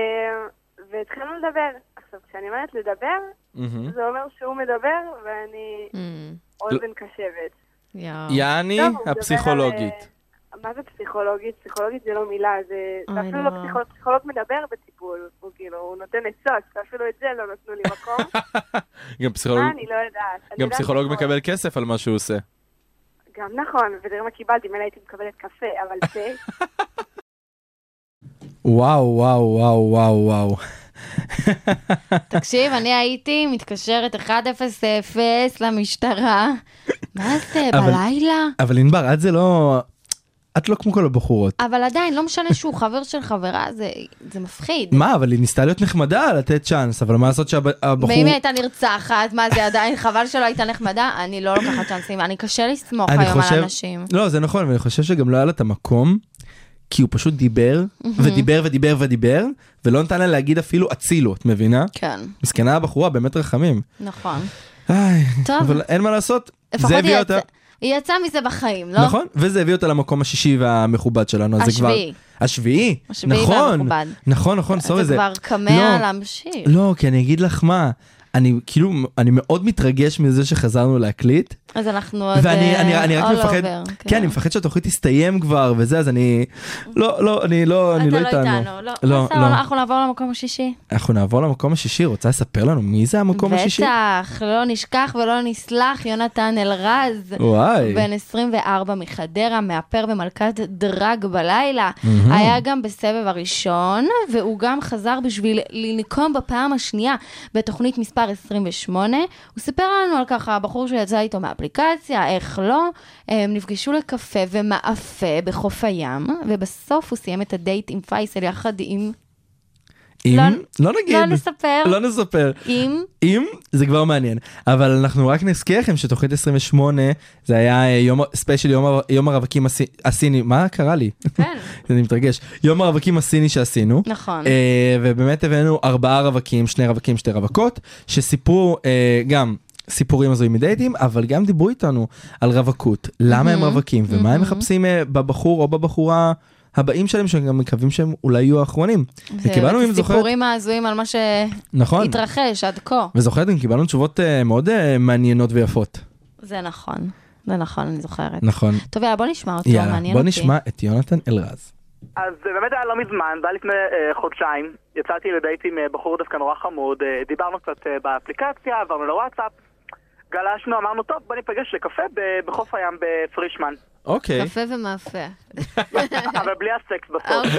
והתחלנו לדבר. עכשיו, כשאני אומרת לדבר, מהמם. זה אומר שהוא מדבר ואני אוזן קשבת. יעני, טוב, הוא מדבר על, הפסיכולוגית. אה, מה זה פסיכולוגית? פסיכולוגית זה לא מילה, זה זה אוי, אפילו לא נורא. פסיכולוג, פסיכולוג מדבר בטיפול, הוא כאילו, הוא נותן עצות, ואפילו את זה לא נתנו לי מקום. [laughs] גם פסיכולוג- מה, אני לא יודעת. אני גם יודעת פסיכולוג לקרוא. מקבל כסף על מה שהוא עושה. גם נכון, ותראה מה קיבלתי, מילא הייתי מקבלת קפה, אבל זה... וואו, וואו, וואו, וואו, [laughs] וואו. תקשיב, אני הייתי מתקשרת 100 למשטרה. מה זה, אבל- בלילה? אבל ענבר, את זה לא... את לא כמו כל הבחורות. אבל עדיין, לא משנה שהוא חבר של חברה, זה- זה מפחיד. אה. מה, אבל היא ניסתה להיות נחמדה, לתת צ'אנס, אבל מה לעשות שהבחור... ואם היא הייתה נרצחת, מה זה עדיין, חבל שלא הייתה נחמדה, אני לא לוקחת צ'אנסים, אני קשה לסמוך אני היום חושב- על אנשים. לא, זה נכון, ואני חושב שגם לא היה לה את המקום, כי הוא פשוט דיבר, ודיבר ודיבר ודיבר, ולא נתן לה להגיד אפילו הצילו, את מבינה? כן. מסכנה הבחורה, באמת רחמים. [laughs] נכון. איי, טוב. אבל אין מה לעשות, לפחות זה הביא היא אותה, יצא- היא יצאה מזה בחיים, לא? נכון? וזה הביא אותה למקום השישי והמכובד שלנו, אז זה כבר... השביעי. השביעי. השביעי נכון, והמכובד. נכון, נכון, סורי, אתה זה... כבר כמה לא, להמשיך. לא, כי אני אגיד לך מה, אני כאילו, אני מאוד מתרגש מזה שחזרנו להקליט, אז אנחנו עוד ואני אה, אני, אני רק all מפחד, over, כן, אני מפחד שהתוכנית תסתיים כבר וזה, אז אני, לא, לא, אני לא, אני אתה לא לא איתנו. איתנו, לא. לא, בסדר, לא. אנחנו נעבור למקום השישי. אנחנו נעבור למקום השישי, רוצה לספר לנו מי זה המקום השישי? בטח, לא נשכח ולא נסלח, יונתן אלרז. וואי. בן 24 מחדרה, מאפר במלכת דרג בלילה. מהמם. היה גם בסבב הראשון, והוא גם חזר בשביל לנקום בפעם השנייה בתוכנית מספר 28. הוא סיפר לנו על ככה, הבחור שיצא איתו מהאפליקציה, איך לא. הם נפגשו לקפה ומאפה בחוף הים, ובסוף הוא סיים את הדייט עם פייסל יחד עם... אם, לא- לא נגיד. לא נספר. לא נספר. עם... אם, זה כבר מעניין. אבל אנחנו רק נזכיר לכם שתוכנית 28, זה היה אה, יום, ספיישל יום, הר- יום הרווקים הסי- הסיני, מה קרה לי? כן. [laughs] אני מתרגש. יום הרווקים הסיני שעשינו. נכון. אה, ובאמת הבאנו ארבעה רווקים, שני רווקים, שתי רווקות, שסיפרו אה, גם סיפורים הזויים מדייטים, אבל גם דיברו איתנו על רווקות, למה Mm-hmm. הם רווקים, ומה הם מחפשים אה, בבחור או בבחורה הבאים שלהם, שהם גם מקווים שהם אולי יהיו האחרונים. וקיבלנו, אם את זוכרת, הסיפורים ההזויים על מה נכון. שהתרחש עד כה. וזוכרת, גם קיבלנו תשובות אה, מאוד אה, מעניינות ויפות. זה נכון, זה נכון, אני זוכרת. נכון. טוב, יאללה, בוא נשמע אותו, יאללה, מעניין בוא אותי. נשמע את יונתן אלרז. אז זה באמת היה לא מזמן, זה היה לפני אה, חודשיים. יצאתי לדייט עם אה, בחור דווקא נורא חמוד, אה, דיברנו קצת אה, באפליקציה, עברנו לוואטסאפ, גלשנו, אמרנו, טוב, בוא ניפגש לקפה ב- בחוף הים בפרישמן. אוקיי. יפה ומאפה. אבל בלי הסקס בסוף.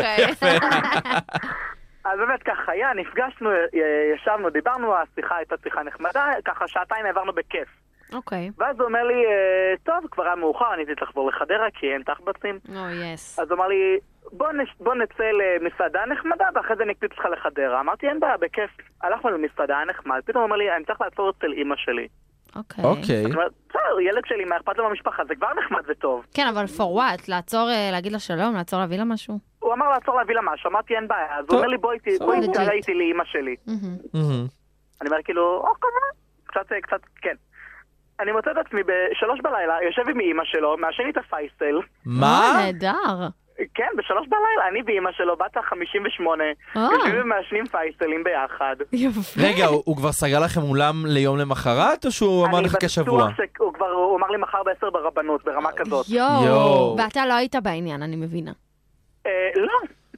[laughs] אז באמת ככה היה, נפגשנו, אה, ישבנו, דיברנו, השיחה הייתה שיחה נחמדה, ככה שעתיים העברנו בכיף. אוקיי. ואז הוא אומר לי, אה, טוב, כבר היה מאוחר, אני צריך לחזור לחדרה כי אין תחבצים. או, יס. אז הוא אמר לי, בוא, נש... בוא נצא למסעדה נחמדה ואחרי זה נקפיץ אותך לחדרה. אמרתי, אין בעיה, בכיף. הלכנו למסעדה נחמד, פתאום הוא אמר לי, אני צריך לעצור אצל אימא שלי. אוקיי. זאת אומרת, בסדר, ילד שלי, מה אכפת לו במשפחה? זה כבר נחמד וטוב. כן, אבל for what? לעצור, אה, להגיד לה שלום? לעצור להביא לה משהו? הוא אמר לעצור להביא לה משהו, אמרתי, אין בעיה. אז הוא אומר לי, בואי איתי, בואי סבבה. תעלה איתי לאימא שלי. Mm. אני אומר, כאילו, אוקיי, קצת, קצת, כן. אני מוצא את עצמי בשלוש בלילה, יושב עם אימא שלו, מעשן איתה פייסל. אוי, אה, נהדר. כן, בשלוש בלילה, אני ואימא שלו, בת ה-58, אה. יושבים ומעשנים פייסלים ביחד. יפה. רגע, הוא הוא כבר סגר לכם אולם ליום למחרת, או שהוא אמר לך כשבוע? אה, אני בטוח שהוא כבר, הוא אמר לי מחר ב-10 ברבנות, ברמה כזאת. יואו. יואו. ואתה לא היית בעניין, אני מבינה. אה, לא,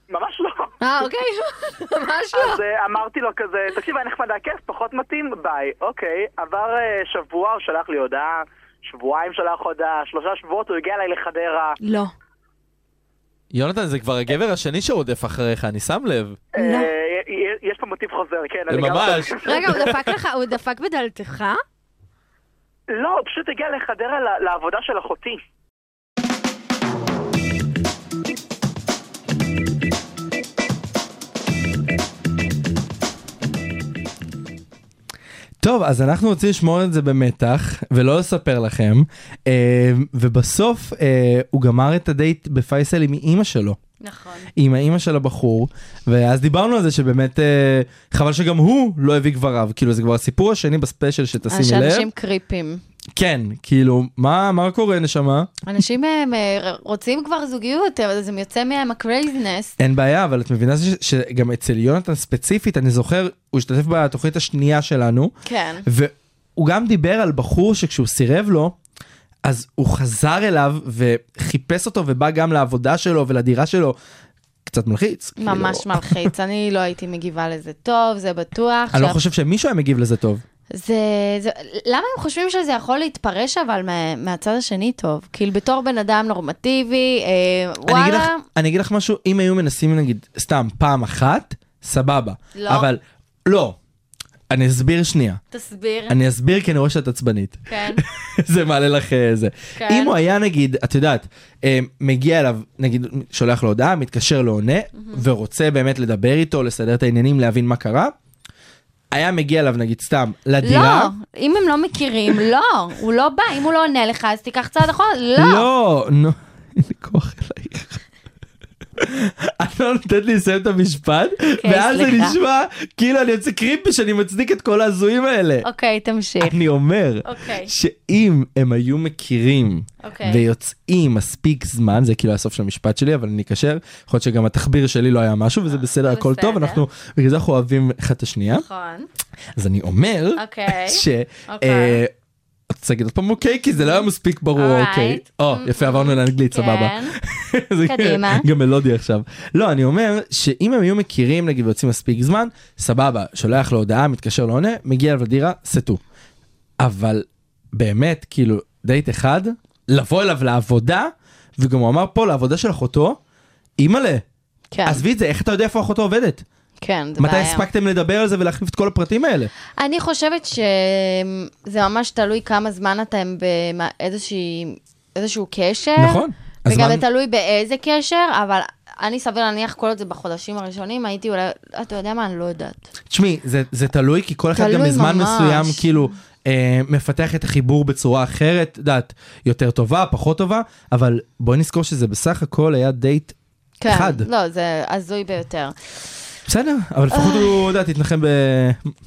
ממש לא. אה, אוקיי. [laughs] ממש לא. אז אה, אמרתי לו כזה, תקשיב, היה נחמד, היה כיף, פחות מתאים, ביי. אוקיי, עבר אה, שבוע, הוא שלח לי הודעה, שבועיים שלח הודעה, שלושה שבועות, הוא הגיע אליי לחדרה. לא. יונתן, זה כבר הגבר השני שרודף אחריך, אני שם לב. לא. אה, י- יש פה מוטיב חוזר, כן. אני גם- ממש. רגע, הוא דפק לך, הוא דפק בדלתך? לא, הוא פשוט הגיע לחדרה ל- לעבודה של אחותי. טוב, אז אנחנו רוצים לשמור את זה במתח, ולא לספר לכם, אה, ובסוף אה, הוא גמר את הדייט בפייסל עם אימא שלו. נכון. עם האימא של הבחור, ואז דיברנו על זה שבאמת אה, חבל שגם הוא לא הביא גבריו, כאילו זה כבר הסיפור השני בספיישל שתשימי לב. אנשים קריפים. כן, כאילו, מה, מה קורה נשמה? אנשים הם אה, רוצים כבר זוגיות, אבל זה יוצא מהם הקרייזנס. אין בעיה, אבל את מבינה ש- שגם אצל יונתן ספציפית, אני זוכר, הוא השתתף בתוכנית השנייה שלנו, כן. והוא גם דיבר על בחור שכשהוא סירב לו, אז הוא חזר אליו וחיפש אותו ובא גם לעבודה שלו ולדירה שלו. קצת מלחיץ. כאילו. ממש מלחיץ, אני לא הייתי מגיבה לזה טוב, זה בטוח. אני לא שאף- חושב שמישהו היה מגיב לזה טוב. זה, זה, למה הם חושבים שזה יכול להתפרש אבל מה, מהצד השני טוב? כאילו בתור בן אדם נורמטיבי, אה, אני אגיד, לך, וואלה, אני אגיד לך משהו, אם היו מנסים נגיד סתם פעם אחת, סבבה. לא. אבל לא. אני אסביר שנייה. תסביר. אני אסביר כי אני רואה שאת עצבנית. [laughs] כן. זה מעלה לך אה, זה. כן. אם הוא היה נגיד, את יודעת, אה, מגיע אליו, נגיד, שולח לו הודעה, מתקשר לא עונה, ורוצה באמת לדבר איתו, לסדר את העניינים, להבין מה קרה, היה מגיע אליו נגיד סתם לדירה. לא, אם הם לא מכירים, לא, הוא לא בא, אם הוא לא עונה לך אז תיקח צעד אחורה, לא. לא, נו, [laughs] אין לי כוח אלייך. [laughs] את לא נותנת לי לסיים את המשפט, ואז זה אוקיי, סליחה. נשמע כאילו אני יוצא קריפי שאני מצדיק את כל ההזויים האלה. אוקיי, תמשיך. אני אומר אוקיי. שאם הם היו מכירים אוקיי. ויוצאים מספיק זמן, זה כאילו הסוף של המשפט שלי, אבל אני אקשר, יכול להיות שגם התחביר שלי לא היה משהו וזה בסדר, הכל טוב, אה, בסדר. אנחנו בגלל זה אנחנו אוהבים אחד את השנייה. נכון. אז אני אומר אוקיי. ש... אוקיי. אה, את רוצה להגיד עוד פעם אוקיי? כי זה לא היה מספיק ברור Alright. אוקיי. או, יפה, עברנו לאנגלית, כן. סבבה. זה כן. קדימה. גם מלודי עכשיו. לא, אני אומר שאם הם היו מכירים, נגיד, ויוצאים מספיק זמן, סבבה, שולח לו הודעה, מתקשר, לא עונה, מגיע אליו לדירה, סטו. אבל באמת, כאילו, דייט אחד, לבוא אליו לעבודה, וגם הוא אמר פה, לעבודה של אחותו, אימא'לה. כן. עזבי את זה, איך אתה יודע איפה אחותו עובדת? כן, זה בעיה. מתי הספקתם לדבר על זה ולהחליף את כל הפרטים האלה? אני חושבת שזה ממש תלוי כמה זמן אתם באיזשהו קשר. נכון. וגם הזמן- זה תלוי באיזה קשר, אבל אני סביר להניח כל עוד זה בחודשים הראשונים, הייתי אולי, אתה יודע מה, אני לא יודעת. תשמעי, זה, זה תלוי, כי כל אחד גם תלוי בזמן ממש. מסוים, כאילו, אה, מפתח את החיבור בצורה אחרת, דעת, יותר טובה, פחות טובה, אבל בואי נזכור שזה בסך הכל היה דייט כן, אחד. לא, זה הזוי ביותר. אה, בסדר, אבל לפחות הוא, יודעת, התנחם ב... [laughs]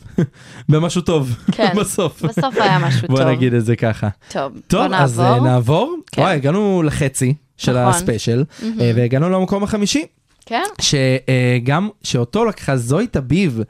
במשהו טוב, כן, [laughs] בסוף. בסוף היה [laughs] משהו טוב. בוא נגיד את זה ככה. טוב, בוא טוב, אז אה, נעבור. נעבור. כן. וואי, הגענו לחצי של נכון. הספיישל, אה, מהמם. והגענו למקום החמישי. כן? שגם שאותו לקחה זוהי תביב,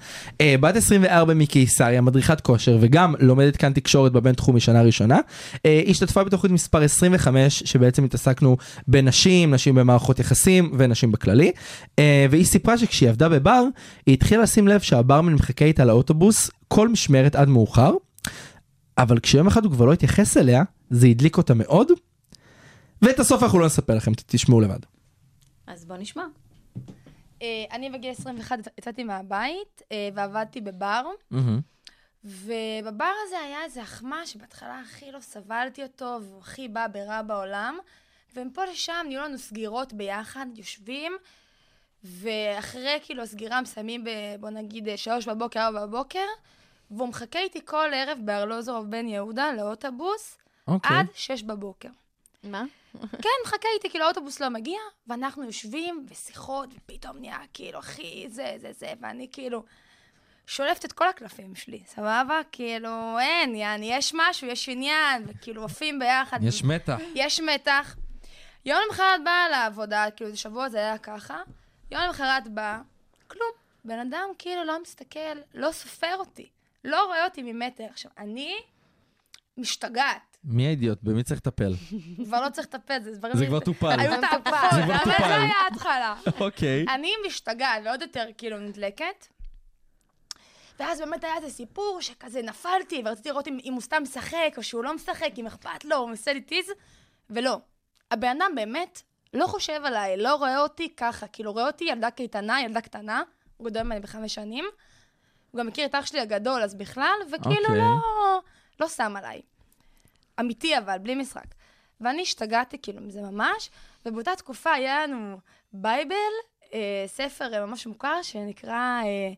אה, בת 24 מקיסריה, מדריכת כושר וגם לומדת כאן תקשורת בבינתחומי שנה ראשונה. אה, היא השתתפה בתוכנית מספר 25 שבעצם התעסקנו בנשים, נשים במערכות יחסים ונשים בכללי. אה, והיא סיפרה שכשהיא עבדה בבר, היא התחילה לשים לב שהברמן מחכה איתה לאוטובוס כל משמרת עד מאוחר, אבל כשיום אחד הוא כבר לא התייחס אליה, זה הדליק אותה מאוד. ואת הסוף אנחנו לא נספר לכם, ת- תשמעו לבד. אז בוא נשמע. אה, אני בגיל 21 יצאתי מהבית אה, ועבדתי בבר, ובבר הזה היה איזה אחמה שבהתחלה הכי לא סבלתי אותו, והוא הכי בא ברע בעולם, ומפה לשם נהיו לנו סגירות ביחד, יושבים, ואחרי כאילו הסגירה מסיימים ב... בוא נגיד אה, שלוש בבוקר, ארבע בבוקר, והוא מחכה איתי כל ערב בארלוזורוב בן יהודה לאוטובוס, אוקיי. עד שש בבוקר. מה? [laughs] כן, מחכה איתי, כאילו האוטובוס לא מגיע, ואנחנו יושבים ושיחות, ופתאום נהיה כאילו, אחי, זה, זה, זה, ואני כאילו שולפת את כל הקלפים שלי, סבבה? כאילו, אין, יעני, יש משהו, יש עניין, וכאילו עפים ביחד. יש מתח. יש מתח. יום למחרת באה לעבודה, כאילו, זה שבוע זה היה ככה, יום למחרת באה, כלום. בן אדם כאילו לא מסתכל, לא סופר אותי, לא רואה אותי ממטר. עכשיו, אני משתגעת. מי האידיוט? במי צריך לטפל? כבר לא צריך לטפל, זה דברים... זה כבר טופל. היו זה את כבר ההפכות, טופל. אבל זה היה ההתחלה. אוקיי. אני משתגעת ועוד יותר כאילו נדלקת. ואז באמת היה איזה סיפור שכזה נפלתי, ורציתי לראות אם, אם הוא סתם משחק, או שהוא לא משחק, אם אכפת לו, הוא עושה לי טיז, ולא. הבן אדם באמת לא חושב עליי, לא רואה אותי ככה, כאילו רואה אותי ילדה קייטנה, ילדה קטנה, הוא גדול ממני בחמש שנים. הוא גם מכיר את אח שלי הגדול, אז בכלל, וכאילו אוקיי. לא, לא שם עליי. אמיתי אבל, בלי משחק. ואני השתגעתי כאילו מזה ממש, ובאותה תקופה היה לנו בייבל, אה, ספר אה, ממש מוכר שנקרא אה,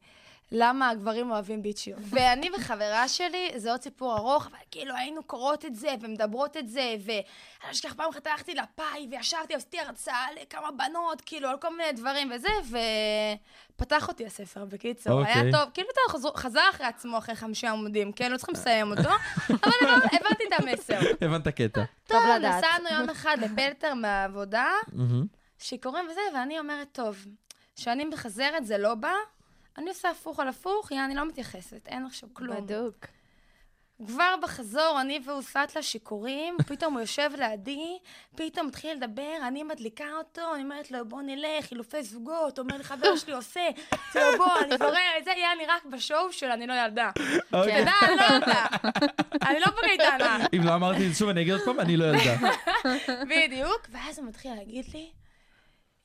למה הגברים אוהבים ביצ'יות. ואני וחברה שלי, זה עוד סיפור ארוך, אבל כאילו היינו קוראות את זה ומדברות את זה, ואני לא אשכח פעם אחת הלכתי לפאי וישבתי, עשיתי הרצאה לכמה בנות, כאילו על כל מיני דברים וזה, ופתח אותי הספר, בקיצור. אוקיי. היה טוב, כאילו אתה חזור- חזר אחרי עצמו אחרי חמישה עמודים, כן? לא צריכים לסיים אותו, אבל לא, הבנתי את המסר. [laughs] הבנת קטע. טוב, לא, לדעת. נסענו יום אחד לפלטר מהעבודה, מהמם. שיכורים וזה, ואני אומרת, טוב, שאני מחזרת זה לא בא, אני עושה הפוך על הפוך, יא, אני לא מתייחסת, אין עכשיו כלום. בדוק. כבר בחזור, אני והוא סטלה שיכורים, פתאום הוא יושב לידי, פתאום מתחיל לדבר, אני מדליקה אותו, אני אומרת לו, בוא נלך, חילופי זוגות, אומר לי, חבר שלי עושה, "טוב, בוא, אני אברר את זה, יא, אני רק בשואו של אני לא [laughs] ילדה. אוקיי. תדע, אני לא ילדה. אני לא בקייטנה. אם לא אמרתי את זה שוב, אני אגיד עוד פעם, אני לא ילדה. [laughs] בדיוק, ואז הוא מתחיל להגיד לי,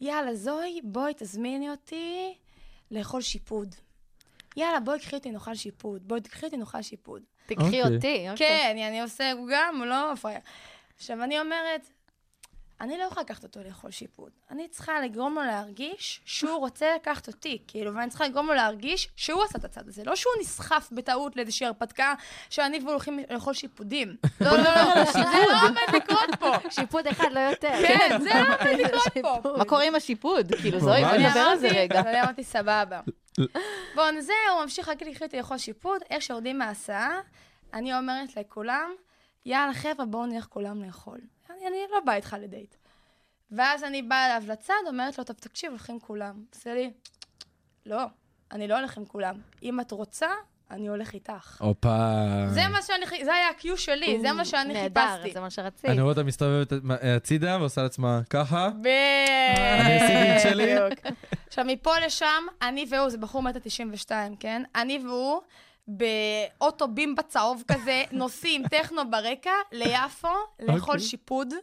יאללה, זוהי, בואי תזמיני אותי לאכול שיפוד. יאללה, בואי קחי אותי נאכל שיפוד. בואי תקחי אותי נאכל שיפוד. תקחי אוקיי. אותי, אוקיי. כן, אני עושה הוא גם, לא פרייר. עכשיו, אני אומרת, אני לא יכולה לקחת אותו לאכול שיפוד. אני צריכה לגרום לו להרגיש שהוא רוצה לקחת אותי, כאילו, ואני צריכה לגרום לו להרגיש שהוא עשה את הצד הזה. לא שהוא נסחף בטעות לאיזושהי הרפתקה שאני והוא הולכים לאכול שיפודים. לא, לא, לא, זה לא עומד לקרות פה. שיפוד אחד, לא יותר. כן, זה [laughs] לא עומד לקרות פה. מה קורה עם השיפוד? כאילו, אני זוהי, בוא נדבר על זה אמרתי- רגע. אז אני אמרתי, סבבה. בואו, זהו, הוא ממשיך רק לחיות לאכול שיפוד, איך שיורדים מההסעה, אני אומרת לכולם, יאללה חבר'ה, בואו נלך כולם לאכול. אני, אני לא באה איתך לדייט. ואז אני באה אליו לצד, אומרת לו, טוב, תקשיב, הולכים כולם. עושה לי, לא, אני לא הולך עם כולם. אם את רוצה, אני הולך איתך. הופה. זה מה שאני, חי- זה היה ה-Q שלי, זה מה שאני נהדר, חיפשתי. זה מה שרצית. אני רואה אותה מסתובבת הצידה ועושה לעצמה ככה. אני אני עשיתי את שלי. עכשיו, מפה לשם, אני והוא, זה בחור מטה 92, כן? אני והוא, באוטו בימבה צהוב כזה, נוסעים טכנו ברקע, ליפו, לאכול אוקיי. שיפוד.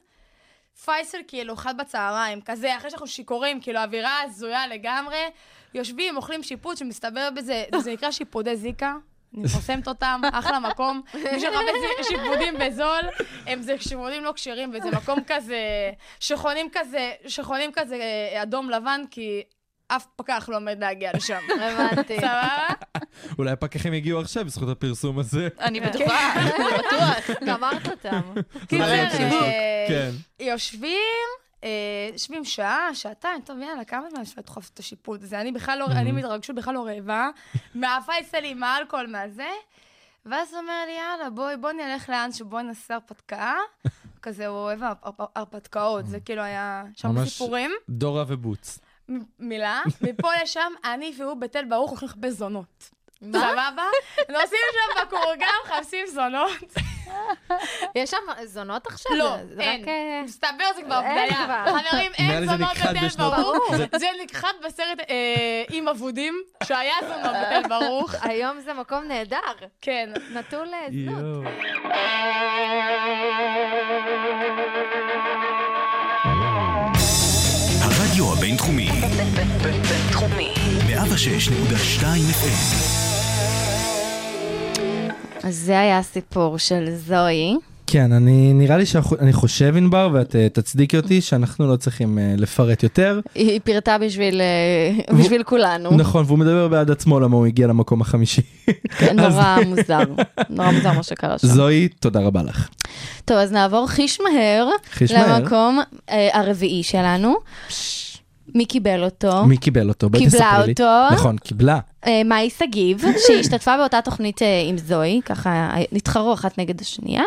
פייסל כאילו, אכל בצהריים, כזה, אחרי שאנחנו שיכורים, כאילו, אווירה הזויה לגמרי. יושבים, אוכלים שיפוד, שמסתבר בזה, זה נקרא שיפודי זיקה. אני מפרסמת אותם, אחלה מקום. מי שמחפש שיפודים בזול, הם זה שיפודים לא כשרים, וזה מקום כזה, שחונים כזה, שחונים כזה אה, אדום לבן, כי אף פקח לא עומד להגיע לשם. הבנתי. סבבה? אולי הפקחים הגיעו עכשיו בזכות הפרסום הזה. אני בטוחה, בטוח. גמרת אותם. קיצר, אה, כן. יושבים, אה, יושבים שעה, שעתיים, טוב, יאללה, כמה זמן אפשר לדחוף את השיפוט הזה? אני בכלל לא, אני מתרגשות בכלל לא רעבה, [laughs] מהפייסלים, מהאלכוהול, מהזה. ואז הוא אומר לי, יאללה, בואי, בואי נלך לאנשהו, בואי נעשה הרפתקה. [laughs] כזה, הוא אוהב הרפ- הרפתקאות, זה כאילו היה שם ממש סיפורים. דורה ובוץ. מ- מילה, מפה לשם, אני והוא בתל ברוך הולכים לחפש זונות. סבבה? נוסעים שם בקורגן, מחפשים זונות. יש שם זונות עכשיו? לא, זה רק, אין. אה, מסתבר זה כבר אין בדיה. כבר. חברים, נראה אין לי זה זונות נכחד בתל בשנות- ברוך. זה- זה נכחד בסרט אה, עם אבודים, שהיה זונות בתל ברוך. היום זה מקום נהדר. כן. נטול אה, יואו. הרדיו הבינתחומי. בינתחומי. 106.2 FM. אז זה היה הסיפור של זוהי. כן, אני נראה לי שאני חושב, ענבר, ואת אה, תצדיקי אותי, שאנחנו לא צריכים אה, לפרט יותר. היא פירטה בשביל, אה, בשביל כולנו. נכון, והוא מדבר בעד עצמו למה הוא הגיע למקום החמישי. כן, נורא מוזר, נורא מוזר מה שקרה שם. זוהי, תודה רבה לך. טוב, אז נעבור חיש מהר חיש מהר. למקום אה, הרביעי שלנו. מי קיבל אותו? מי קיבל אותו? בואי קיבלה תספרי לי. אותו. נכון, קיבלה. אה, מאי שגיב, שהשתתפה באותה תוכנית אה, עם זוהי, ככה אה, נתחרו אחת נגד השנייה.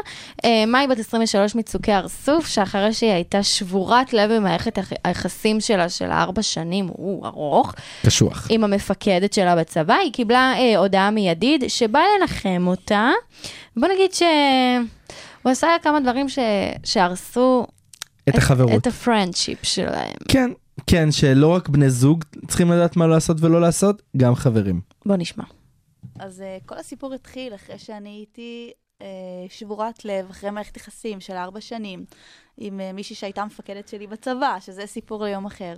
אה, מאי בת 23 מצוקי הר סוף, שאחרי שהיא הייתה שבורת לב במערכת היח- היחסים שלה של ארבע שנים, הוא ארוך, קשוח. עם המפקדת שלה בצבא, היא קיבלה אה, הודעה מידיד שבא לנחם אותה. בוא נגיד שהוא עשה כמה דברים ש... שהרסו את החברות. את הפרנדשיפ שלהם. כן, כן, שלא רק בני זוג צריכים לדעת מה לעשות ולא לעשות, גם חברים. בוא נשמע. אז אה, כל הסיפור התחיל אחרי שאני הייתי אה, שבורת לב, אחרי מערכת יחסים של ארבע שנים, עם אה, מישהי שהייתה מפקדת שלי בצבא, שזה סיפור ליום אחר.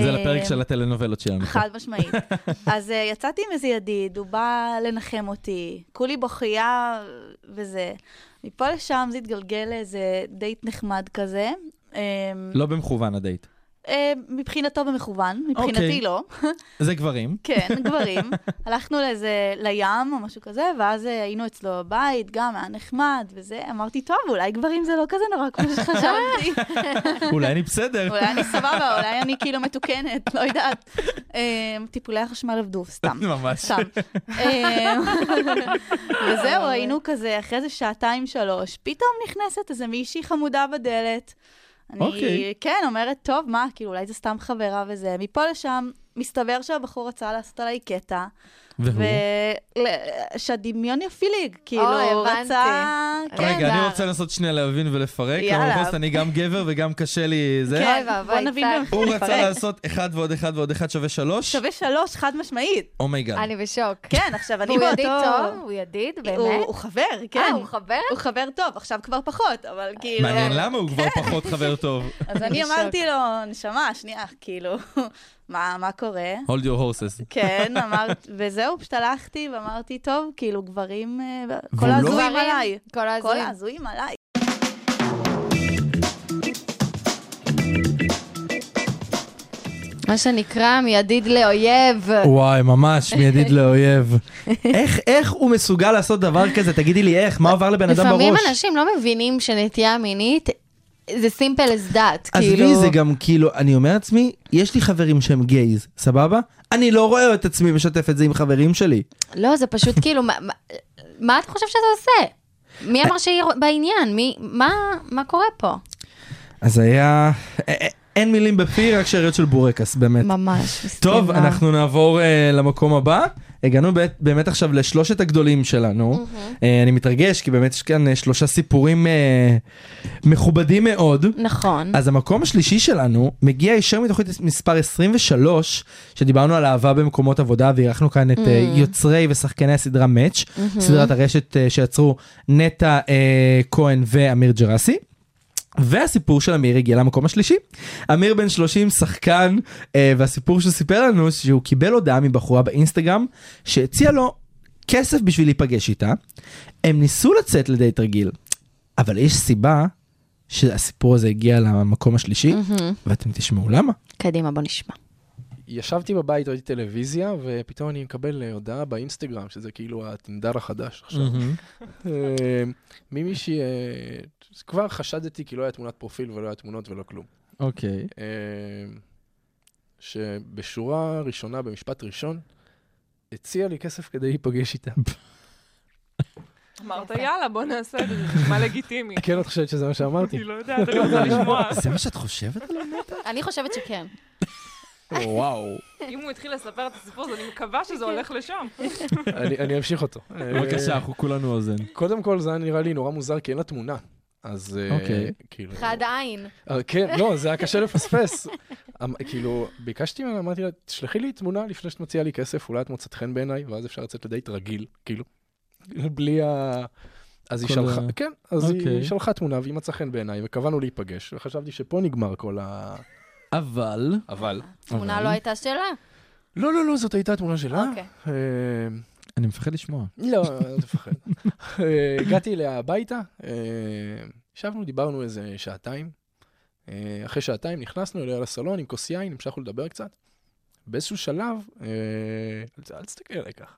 זה אה, לפרק של הטלנובלות שלנו. חד משמעית. [laughs] אז אה, יצאתי עם איזה ידיד, הוא בא לנחם אותי, כולי בוכייה וזה. מפה לשם זה התגלגל לאיזה דייט נחמד כזה. אה, לא במכוון הדייט. אה, מבחינתו במכוון, מבחינתי אוקיי. לא. [laughs] זה גברים. כן, גברים. הלכנו לאיזה, לים או משהו כזה, ואז אה, היינו אצלו בבית, גם היה נחמד וזה. אמרתי, טוב, אולי גברים זה לא כזה נורא כמו שחשבתי. אולי אני בסדר. אולי אני סבבה, אולי אני כאילו מתוקנת, לא יודעת. אה, טיפולי החשמל עבדו, סתם. [laughs] ממש. סתם. אה, וזהו, היינו כזה, אחרי איזה שעתיים, שלוש, פתאום נכנסת איזה מישהי חמודה בדלת. אני, אוקיי. כן, אומרת, טוב, מה, כאילו, אולי זה סתם חברה וזה. מפה לשם, מסתבר שהבחור רצה לעשות עליי קטע. והוא? ל- שהדמיון יפיליג, כאילו, הבנתי. רצה... כן, רגע, אני זה- רוצה לנסות שנייה להבין ולפרק. יאללה. יאללה. אני גם גבר וגם קשה לי זה. כן, בוא נבין גם הוא [laughs] רצה לעשות אחד ועוד אחד ועוד אחד שווה שלוש? שווה שלוש, חד משמעית. אומייגאד. אני בשוק. כן, עכשיו אני והוא באותו... ידיד טוב? הוא ידיד? באמת? הוא, הוא חבר, כן. אה, הוא חבר? אה, הוא חבר טוב, עכשיו כבר פחות, אבל כאילו... מעניין לא- למה הוא כן. כבר פחות חבר טוב. אז אני אמרתי לו, נשמה, שנייה, כאילו, [laughs] מה, מה קורה? [laughs] hold your horses. כן, [laughs] אמרת, וזהו, פשוט הלכתי ואמרתי, טוב, כאילו, גברים, אה, כל והוא לא- ההזויים גברים, עליי. כל ההזויים. כל ההזויים עליי. מה שנקרא מידיד לאויב. וואי, ממש, מידיד [laughs] לאויב. איך, איך הוא מסוגל לעשות דבר כזה? תגידי לי איך, מה עבר לבן אדם לפעמים בראש? אנשים לא מבינים שנטייה מינית זה simple as that, כאילו... עזבי, זה גם כאילו, אני אומר לעצמי, יש לי חברים שהם גייז, סבבה? אני לא רואה את עצמי משתף את זה עם חברים שלי. לא, זה פשוט כאילו, מה- מה- מה אתה חושב שזה עושה? מי אמר שהיא רוא- בעניין? מי, מה, מה קורה פה? אז היה... א- א- אין מילים בפי, רק שאריות של בורקס, באמת. ממש, מסכנה. טוב, אנחנו נעבור אה, למקום הבא. הגענו באת- באמת עכשיו לשלושת הגדולים שלנו. אה, אני מתרגש, כי באמת יש כאן אה, שלושה סיפורים אה, מכובדים מאוד. נכון. אז המקום השלישי שלנו מגיע ישר מתוכנית מספר 23, שדיברנו על אהבה במקומות עבודה, ואירחנו כאן את אה, Mm. יוצרי ושחקני הסדרה מאץ', Mhm. סדרת הרשת אה, שיצרו נטע אה, כהן ואמיר ג'רסי. והסיפור של אמיר הגיע למקום השלישי. אמיר בן 30 שחקן, אה, והסיפור שהוא סיפר לנו שהוא קיבל הודעה מבחורה באינסטגרם שהציעה לו כסף בשביל להיפגש איתה. הם ניסו לצאת לדייט רגיל, אבל יש סיבה שהסיפור הזה הגיע למקום השלישי, מהמם. ואתם תשמעו למה. קדימה, בוא נשמע. ישבתי בבית, ראיתי טלוויזיה, ופתאום אני מקבל אה, הודעה באינסטגרם, שזה כאילו הטינדר החדש עכשיו. מהמם. אה, ממישהי, אה, כבר חשדתי כי לא היה תמונת פרופיל ולא היה תמונות ולא כלום. אוקיי. אה, שבשורה ראשונה, במשפט ראשון, הציע לי כסף כדי להיפגש [laughs] איתה. אמרת, יאללה, בוא נעשה [laughs] את זה, זה נשמע לגיטימי. כן, את חושבת שזה מה שאמרתי? אני לא יודעת, אני רוצה לשמוע. זה מה שאת חושבת? אני חושבת שכן. וואו. אם הוא התחיל לספר את הסיפור הזה, אני מקווה שזה הולך [laughs] לשם. אני אני אמשיך אותו. אה, בבקשה, אנחנו כולנו אוזן. קודם כל, זה היה נראה לי נורא מוזר, כי אין לה תמונה. אז אה, אוקיי. כאילו... חד עין. אה, כן, לא, זה היה קשה לפספס. אמ- כאילו, ביקשתי ממנה, אמרתי לה, תשלחי לי תמונה לפני שאת מוציאה לי כסף, אולי את מוצאת חן בעיניי, ואז אפשר לצאת לדייט רגיל, כאילו. בלי ה... אז היא כל שלחה, ה- כן, אז אוקיי. היא שלחה תמונה והיא מצאה חן בעיניי, וקבענו להיפגש, וחשבתי שפה נגמר כל ה... אבל... אבל. תמונה לא הייתה שלה. לא, לא, לא, זאת הייתה התמונה שלה. אוקיי. אה, אני מפחד לשמוע. לא, אל תפחד. אה, הגעתי אליה הביתה, אה, ישבנו, דיברנו איזה שעתיים. אה, אחרי שעתיים נכנסנו אליה לסלון עם כוס יין, המשכנו לדבר קצת. באיזשהו שלב, אה, אל- אל תסתכל עליי ככה.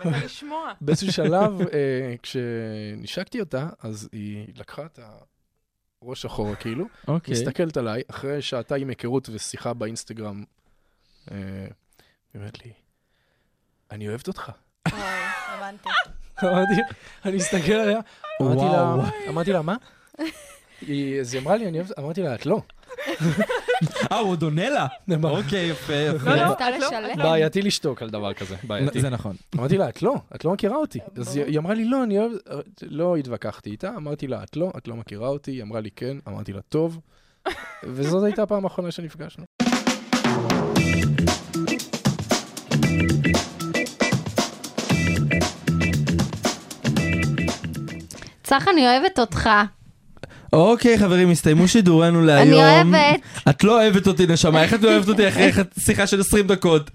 אני מתה לשמוע. באיזשהו שלב, אה, כשנשקתי אותה, אז היא לקחה את הראש אחורה, כאילו. אוקיי. מסתכלת עליי, אחרי שעתיים היכרות ושיחה באינסטגרם, אה, היא אומרת לי, אני אוהבת אותך. הבנתי. אמרתי, אני מסתכל עליה, אמרתי לה, וואו. אמרתי לה, מה? היא- אז היא אמרה לי, אני אוהבת, אמרתי לה, את לא. אה, הוא עוד עונה לה? אוקיי, יפה, יפה. נכון. לא, בעייתי לשתוק על דבר כזה, בעייתי. זה נכון. אמרתי לה, את לא, את לא מכירה אותי. אז היא היא אמרה לי, לא, אני אוהב... לא התווכחתי איתה, אמרתי לה, את לא, את לא מכירה אותי, היא אמרה לי, כן, אמרתי לה, טוב. וזאת הייתה הפעם האחרונה שנפגשנו. צח, אני אוהבת אותך. אוקיי חברים, הסתיימו שידורינו להיום. אוהבת. את לא אוהבת אותי נשמה, איך את לא אוהבת [laughs] אותי אחרי שיחה של 20 דקות?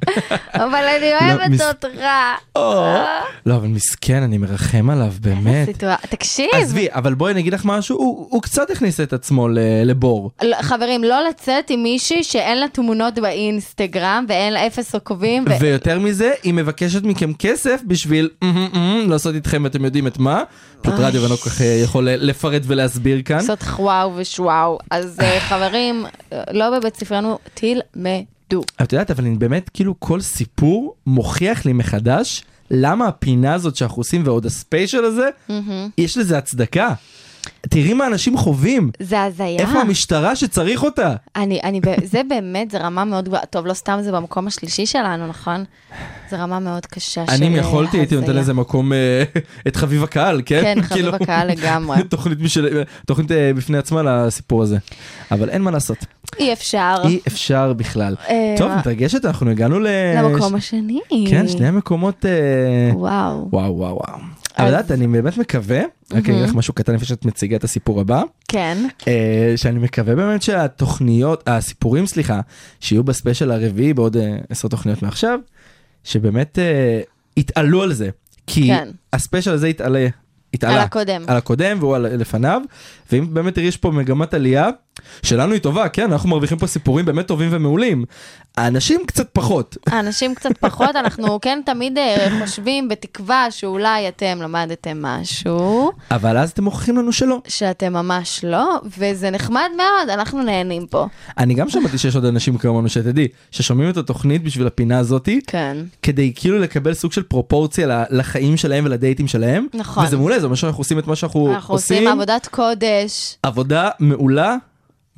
אבל אני מס- אוהבת אותך. לא, אבל מסכן, אני מרחם עליו, באמת. סיטואציה- תקשיב. עזבי, אבל בואי אני אגיד לך משהו, הוא הוא קצת הכניס את עצמו ל- לבור. לא, חברים, לא לצאת עם מישהי שאין לה תמונות באינסטגרם ואין לה אפס עוקבים. ו... ויותר מזה, היא מבקשת מכם כסף בשביל "אמ, אמ, אמ", לעשות איתכם, אתם יודעים את מה. פשוט רדיו ולא כל כך אה, יכול ל- לפרט ולהסביר כאן. לעשות וואו ושוואו. אז אה, חברים, אה, לא בבית ספרנו, תלמדו. את יודעת, אבל אני באמת, כאילו, כל סיפור מוכיח לי מחדש למה הפינה הזאת שאנחנו עושים ועוד הספיישל הזה, מהמם. יש לזה הצדקה. תראי מה אנשים חווים. זה הזיה. איפה המשטרה שצריך אותה? אני, אני, ב- זה באמת, זה רמה מאוד גבוהה. טוב, לא סתם זה במקום השלישי שלנו, נכון? זה רמה מאוד קשה של... אה, אני אם יכולתי הייתי נותן הזיה. לזה מקום אה, [laughs] את חביב הקהל, כן? כן, חביב כאילו, הקהל לגמרי. [laughs] תוכנית משל- תוכנית אה, בפני עצמה לסיפור הזה. אבל אין מה לעשות, אי אפשר. אי אפשר בכלל. אה, טוב, מתרגשת, אנחנו הגענו ל... למקום השני. כן, שני המקומות... אה, וואו. וואו, וואו, וואו. אבל את יודעת, אני באמת מקווה, רק אני אגיד לך משהו קטן לפני שאת מציגה את הסיפור הבא. כן. אה, שאני מקווה באמת שהתוכניות, הסיפורים סליחה, שיהיו בספיישל הרביעי בעוד אה, עשר תוכניות מעכשיו, שבאמת אה, יתעלו על זה. כי כן. הספיישל הזה יתעלה. יתעלה. על הקודם. על הקודם והוא על לפניו. ואם באמת תראי, יש פה מגמת עלייה, שלנו היא טובה, כן? אנחנו מרוויחים פה סיפורים באמת טובים ומעולים. האנשים קצת פחות. האנשים קצת פחות, אנחנו כן תמיד אה, חושבים בתקווה שאולי אתם למדתם משהו, אבל אז אתם מוכיחים לנו שלא. שאתם ממש לא, וזה נחמד מאוד, אנחנו נהנים פה. אני גם שמעתי שיש עוד אנשים כמונו שתדעי, ששומעים את התוכנית בשביל הפינה הזאתי, כן. כדי כאילו לקבל סוג של פרופורציה ל- לחיים שלהם ולדייטים שלהם. נכון. וזה מעולה, זה מה שאנחנו עושים את מה שאנחנו אנחנו עושים עבודת קודש, עבודה מעולה,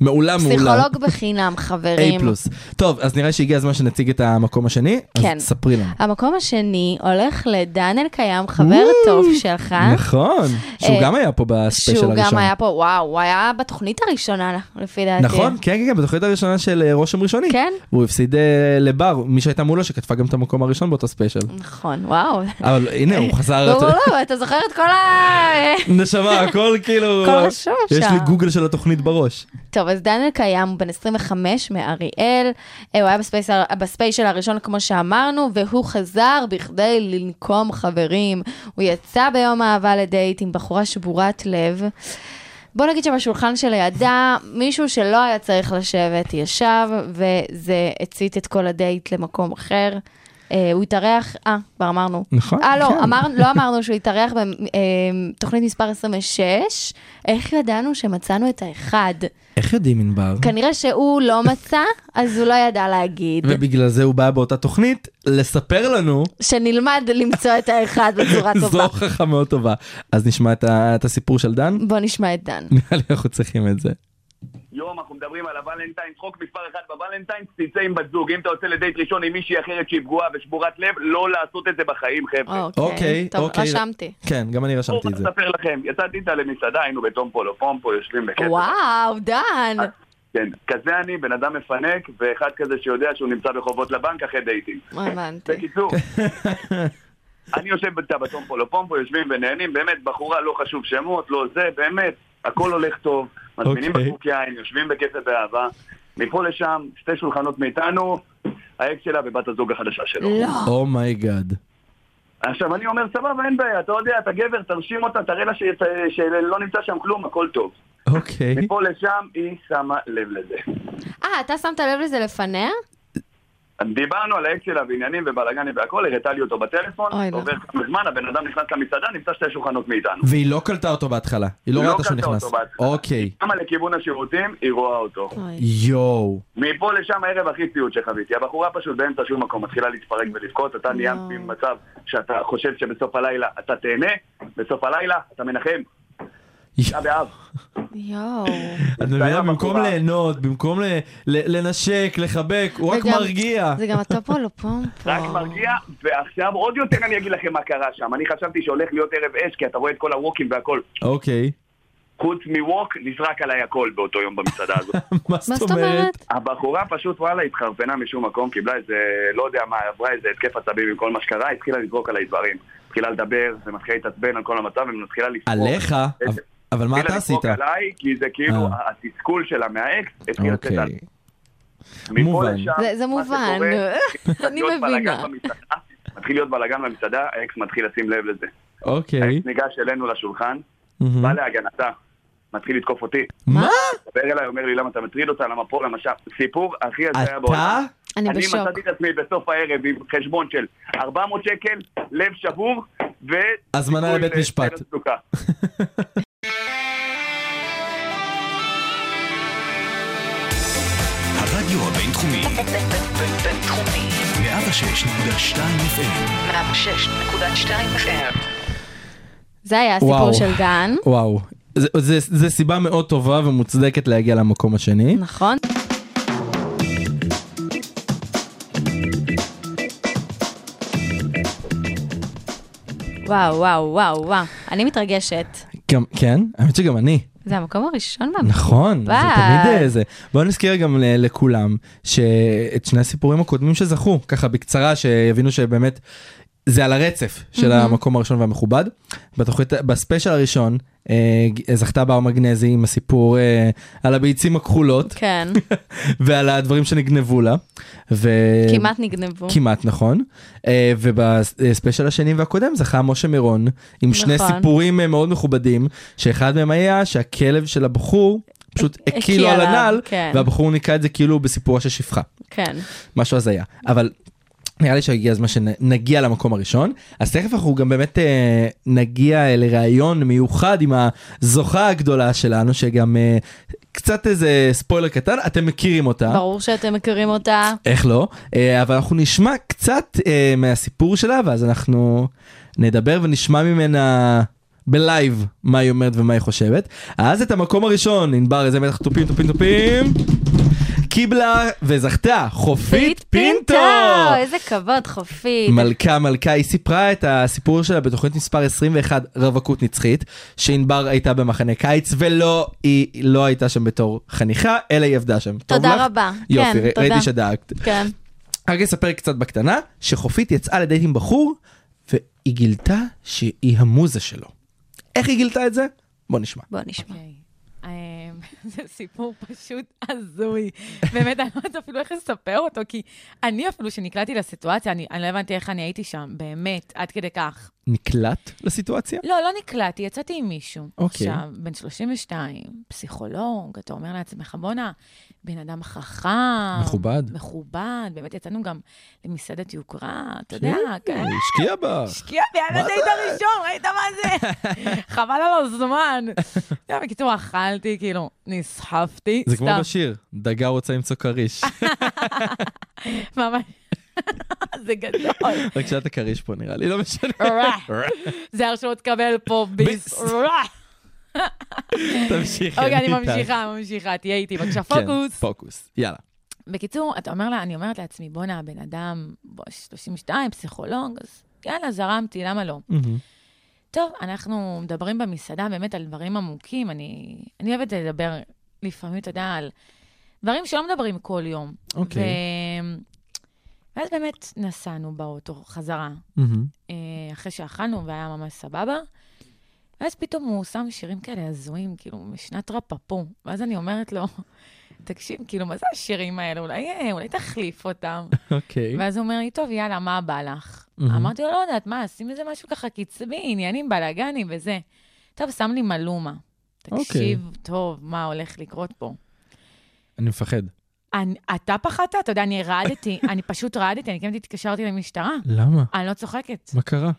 מעולה מעולה. פסיכולוג בחינם, חברים. A פלוס. טוב, אז נראה שהגיע הזמן שנציג את המקום השני, כן. אז ספרי לנו. המקום השני הולך לדניאל קיים, חבר טוב שלך. נכון, שהוא אה, גם היה פה בספיישל שהוא הראשון. גם היה פה, וואו, הוא היה בתוכנית הראשונה, לפי דעתי. נכון, כן, כן, כן, בתוכנית הראשונה של אה, רושם ראשוני. כן. והוא הפסיד אה, לבר, מי שהייתה מולו, שכתבה גם את המקום הראשון באותו ספיישל. נכון, [laughs] וואו. אבל הנה, הוא חזר... לא, לא, לא, אתה זוכר את כל ה... [laughs] נשמה, הכל כאילו... הכל רשום יש שם. לי גוגל של התוכנית בראש. טוב, אז דניאל קיים, הוא בן 25 מאריאל, אה, הוא היה בספייסל, בספיישל הראשון, כמו שאמרנו, והוא חזר בכדי לנקום חברים. הוא יצא ביום אהבה לדייט עם בחורה שבורת לב. בוא נגיד שבשולחן שלידה, מישהו שלא היה צריך לשבת ישב, וזה הצית את כל הדייט למקום אחר. אה, הוא התארח, אה, כבר אמרנו. נכון, אה, לא, כן. אמר, לא אמרנו שהוא התארח בתוכנית מספר 26. איך ידענו שמצאנו את האחד? איך יודעים ענבר? כנראה שהוא לא מצא, אז הוא לא ידע להגיד. ובגלל זה הוא בא באותה תוכנית לספר לנו, שנלמד למצוא את האחד בצורה [laughs] זו טובה. הוכחה מאוד טובה. אז נשמע את ה- את הסיפור של דן? בוא נשמע את דן. נראה לי אנחנו צריכים את זה. יום, אנחנו מדברים על הוולנטיין, חוק מספר אחת בוולנטיין, תצא עם בת זוג. אם אתה יוצא לדייט ראשון עם מישהי אחרת שהיא פגועה ושבורת לב, לא לעשות את זה בחיים, חבר'ה. אוקיי, אוקיי. כן, גם אני רשמתי את זה. אספר לכם, יצאתי איתה למסעדה, היינו בתום פולו פומפו, יושבים בכסף. וואו, דן. כן, כזה אני, בן אדם מפנק, ואחד כזה שיודע שהוא נמצא בחובות לבנק אחרי דייטים. הבנתי. בקיצור, אני יושב איתה בתום פולו פומפו, לא יושבים ונהנים, באמת, בחורה, לא חשוב שמות, לא זה, באמת, הכל הולך טוב, מזמינים אוקיי. בקבוק יין, יושבים בכסף באהבה, מפה לשם, שתי שולחנות מאיתנו, האקס שלה ובת הזוג החדשה שלו. לא. אומייגאד. עכשיו, אני אומר, סבבה, אין בעיה, אתה יודע, אתה גבר, תרשים אותה, תראה לה ש- שלא נמצא שם כלום, הכל טוב. אוקיי. מפה לשם, היא שמה לב לזה. אה, אתה שמת לב לזה לפניה? דיברנו על האקס שלה ועניינים ובלאגנים והכל, הראתה לי אותו בטלפון, עובר כמה זמן, הבן אדם נכנס למסעדה, נמצא שתי שולחנות מאיתנו. והיא לא קלטה אותו בהתחלה, היא לא לא ראתה שהוא קלטה נכנס. אותו בהתחלה. אוקיי. כמה לכיוון השירותים, היא רואה אותו. יואו. מפה לשם הערב הכי ציוד שחוויתי. הבחורה פשוט באמצע שום מקום מתחילה להתפרק ולבכות, אתה נהיה במצב שאתה חושב שבסוף הלילה אתה תהנה, בסוף הלילה אתה מנחם. תשעה באב. יואו. את מבינה, במקום ליהנות, במקום ל- ל- לנשק, לחבק, הוא [laughs] רק וגם- מרגיע. זה גם לא הטופולופומפו. רק מרגיע, ועכשיו עוד יותר אני אגיד לכם מה קרה שם. אני חשבתי שהולך להיות ערב אש, כי אתה רואה את כל הווקים והכל. אוקיי. חוץ מווק, נזרק עליי הכל באותו יום במסעדה הזאת. מה זאת אומרת? הבחורה פשוט, וואלה, התחרפנה משום מקום, קיבלה איזה, לא יודע מה, עברה איזה התקף עצבים עם כל מה שקרה, התחילה לזרוק עליי דברים. התחילה לדבר, ומתחילה להתעצבן על כל המצב, ומתחילה לפרוק. עליך? איזה- אבל מה התחילה אתה עשית? לצחוק עליי, כי זה כאילו, אה. התסכול שלה מהאקס התחיל לצאת אוקיי. על... מפה מובן. לשם, זה- זה מה [laughs] מובן, שקורה, נו. מתחיל להיות אני בלאגן מבינה. במסעדה, מתחיל להיות בלאגן במסעדה, האקס מתחיל לשים לב לזה. אוקיי. ניגש אלינו לשולחן, מהמם. בא להגנתה, מתחיל לתקוף אותי. מה? דבר אליי, אומר לי, למה אתה מטריד אותה, למה פה, למה שם. סיפור הכי הזיה בעולם. אני בשוק. אני מצאתי את עצמי בסוף הערב עם חשבון של 400 שקל, לב שבור, ו... הזמנה לבית משפט. סרט סוכה. הרדיו הבינתחומי, בינתחומי, 106.2 FM, 106.2 FM. זה היה הסיפור וואו. של גן. וואו. זה- זה- זה סיבה מאוד טובה ומוצדקת להגיע למקום השני. נכון. וואו, וואו, וואו, וואו. אני מתרגשת. גם, כן? האמת שגם אני. זה המקום הראשון במקום. נכון, זה וואי. תמיד אה, זה. בואו נזכיר גם ל- לכולם שאת שני הסיפורים הקודמים שזכו, ככה בקצרה, שיבינו שבאמת זה על הרצף של מהמם. המקום הראשון והמכובד. בתוכנית, בספיישל הראשון אה, ג- זכתה בר מגנזי עם הסיפור אה, על הביצים הכחולות. כן. [laughs] ועל הדברים שנגנבו לה. ו... כמעט נגנבו. אה, כמעט נכון. אה, ובספיישל השני והקודם זכה משה מירון עם שני נכון. סיפורים אה, מאוד מכובדים, שאחד מהם היה שהכלב של הבחור פשוט הקיא הקיא לו על אה, עליו, הנעל, כן. והבחור ניקה את זה כאילו בסיפורה של שפחה. כן. משהו הזיה. אבל נראה לי שהגיע הזמן שנגיע למקום הראשון. אז תכף אנחנו גם באמת אה, נגיע לראיון מיוחד עם הזוכה הגדולה שלנו, שגם אה, קצת איזה ספוילר קטן, אתם מכירים אותה. ברור שאתם מכירים אותה. איך לא? אה, אבל אנחנו נשמע קצת אה, מהסיפור שלה, ואז אנחנו נדבר ונשמע ממנה בלייב מה היא אומרת ומה היא חושבת. אז את המקום הראשון, ענבר, איזה מתח תופים, תופים, תופים. קיבלה וזכתה חופית פינטו! טוב, איזה כבוד, חופית. מלכה מלכה היא סיפרה את הסיפור שלה בתוכנית מספר 21 רווקות נצחית שענבר הייתה במחנה קיץ ולא היא לא הייתה שם בתור חניכה אלא היא עבדה שם. טוב תודה לך? רבה. יופי, כן, ר- תודה. ראיתי שדאגת. כן. רק לספר קצת בקטנה, שחופית יצאה לדייט עם בחור, והיא גילתה שהיא המוזה שלו. איך היא גילתה את זה? בוא נשמע. בוא נשמע. אוקיי. אמ, זה סיפור פשוט הזוי. באמת, אני לא יודעת אפילו איך לספר אותו, כי אני אפילו שנקלעתי לסיטואציה, אני אני לא הבנתי איך אני הייתי שם, באמת, עד כדי כך. נקלט לסיטואציה? לא, לא נקלעתי, יצאתי עם מישהו. אוקיי. עכשיו, בן 32, פסיכולוג, אתה אומר לעצמך, בואנה, בן אדם חכם. מכובד. מכובד, באמת יצאנו גם למסעדת יוקרה, אתה כן, יודע, כן. היא השקיעה בך. השקיעה בי, על מה הדייט זה? הראשון, ראית מה [laughs] זה? חבל על הזמן. אתה יודע, בקיצור, אכלתי, כאילו, נסחפתי. זה כמו סתם. בשיר, דגה רוצה למצוא [laughs] כריש. ממש. [laughs] זה גדול. רק שאת הכריש פה נראה לי, [laughs] לא משנה. רע. זה הרשאות תקבל פה ביס. רע. [laughs] [laughs] תמשיכי. אוקיי, אני איתך. ממשיכה, ממשיכה, תהיה איתי, בבקשה, כן, פוקוס. פוקוס, יאללה. בקיצור, אתה אומר לה, אני אומרת לעצמי, בואנה, הבן אדם, בוא, 32, פסיכולוג, אז יאללה, זרמתי, למה לא? טוב, אנחנו מדברים במסעדה באמת על דברים עמוקים. אני, אני אוהבת לדבר לפעמים, אתה יודע, על דברים שלא מדברים כל יום. אוקיי. ו... ואז באמת נסענו באוטו חזרה, אה, אחרי שאכלנו והיה ממש סבבה. ואז פתאום הוא שם שירים כאלה הזויים, כאילו, משנת רפפו. ואז אני אומרת לו, תקשיב, כאילו, מה זה השירים האלה? אולי, אה, אולי תחליף אותם. אוקיי. ואז הוא אומר לי, טוב, יאללה, מה בא לך? מהמם. אמרתי לו, לא יודעת, מה, שים איזה משהו ככה קצבי, עניינים, בלאגנים וזה. טוב, שם לי מלומה. אוקיי. תקשיב טוב, מה הולך לקרות פה. אני מפחד. אני, אתה פחדת? אתה יודע, אני [laughs] רעדתי, אני פשוט רעדתי, אני כמעט התקשרתי למשטרה. למה? אני לא צוחקת. מה קרה?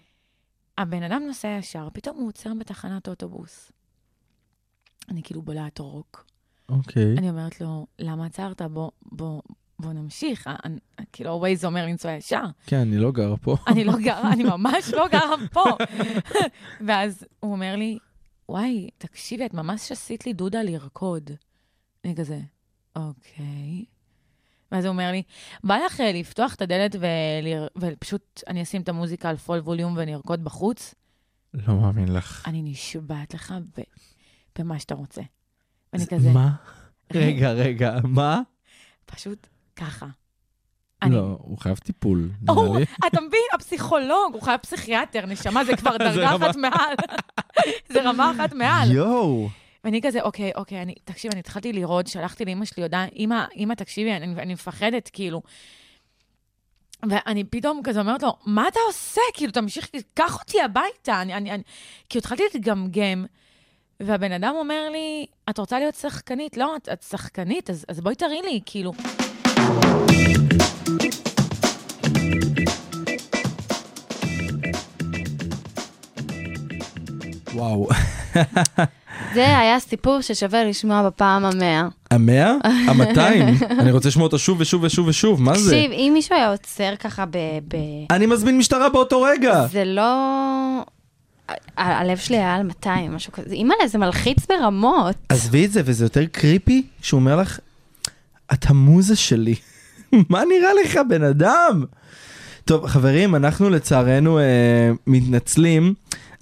הבן אדם נוסע ישר, פתאום הוא עוצר בתחנת אוטובוס. אני כאילו בולעת רוק. אוקיי. אני אומרת לו, למה עצרת? בוא, בוא, בוא נמשיך. אה, אה, כאילו, הווייז אומר לנסוע ישר. כן, אני לא גר פה. אני לא גרה, אני ממש לא גרה פה. ואז הוא אומר לי, וואי, תקשיבי, את ממש עשית לי דודה לרקוד. אני כזה, אוקיי. ואז הוא אומר לי, בא לך אה, לפתוח את הדלת ולר... ופשוט אני אשים את המוזיקה על פול ווליום ונרקוד בחוץ? לא מאמין לך. אני נשבעת לך ב... במה שאתה רוצה. ואני כזה, מה? רגע, רגע, מה? פשוט ככה. לא, הוא חייב טיפול. הוא- נראה לי. אתה מבין? הפסיכולוג, הוא חייב פסיכיאטר, נשמה, זה כבר [laughs] זה דרגה רמה. אחת מעל. זה רמה אחת מעל. יואו. ואני כזה, אוקיי, אוקיי, אני, תקשיב, אני התחלתי לראות, שלחתי לאימא שלי הודעה, אימא, אימא, תקשיבי, אני, אני מפחדת, כאילו. ואני פתאום כזה אומרת לו, מה אתה עושה? כאילו, תמשיך, קח אותי הביתה. אני, אני, אני... כאילו, התחלתי להתגמגם, והבן אדם אומר לי, את רוצה להיות שחקנית? לא, את, את שחקנית, אז, אז בואי תראי לי, כאילו. וואו. [laughs] זה היה סיפור ששווה לשמוע בפעם המאה. המאה? המאתיים? אני רוצה לשמוע אותו שוב ושוב ושוב ושוב, מה זה? תקשיב, אם מישהו היה עוצר ככה ב... ב- אני מזמין משטרה באותו רגע. זה לא... ה- הלב שלי היה על 200, משהו כזה. אימא'לה, זה מלחיץ ברמות. עזבי את זה, וזה יותר קריפי שהוא אומר לך, את המוזה שלי. [laughs] מה נראה לך, בן אדם? טוב, חברים, אנחנו לצערנו אה, מתנצלים,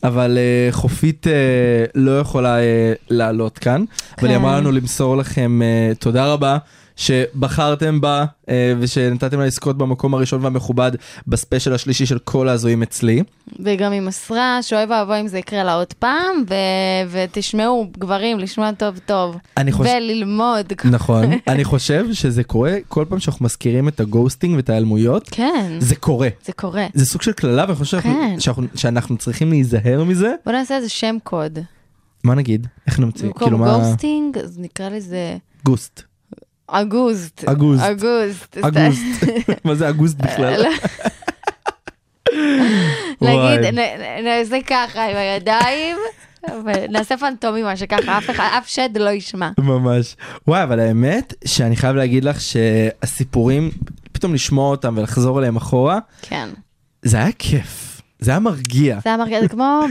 אבל אה, חופית אה, לא יכולה אה, לעלות כאן, אבל היא אמרה לנו למסור לכם אה, תודה רבה. שבחרתם בה אה, ושנתתם לה לזכות במקום הראשון והמכובד בספיישל השלישי של כל ההזויים אצלי. וגם היא מסרה, שאוי ואבוי אם זה יקרה לה עוד פעם, ו... ותשמעו, גברים, לשמוע טוב טוב. אני חושב- וללמוד. נכון. אני חושב שזה קורה כל פעם שאנחנו מזכירים את הגוסטינג ואת ההיעלמויות. כן. זה קורה. זה קורה. זה סוג של קללה, ואני חושב שאנחנו- כן. שאנחנו- שאנחנו צריכים להיזהר מזה. בוא נעשה איזה שם קוד. מה נגיד? איך נמציא? כאילו במקום מה... גוסטינג, אז נקרא לזה גוסט. אגוזט. אגוזט. אגוזט. [laughs] אגוזט. מה זה אגוזט בכלל? [laughs] לא. וואי. נגיד, נ- נ- נעשה ככה עם הידיים, ונעשה פנטומימה שככה, אף אחד, אף שד לא ישמע. ממש. וואי, אבל האמת שאני חייב להגיד לך שהסיפורים, פתאום לשמוע אותם ולחזור אליהם אחורה, כן. זה היה כיף. זה היה מרגיע. זה המרגיע, זה כמו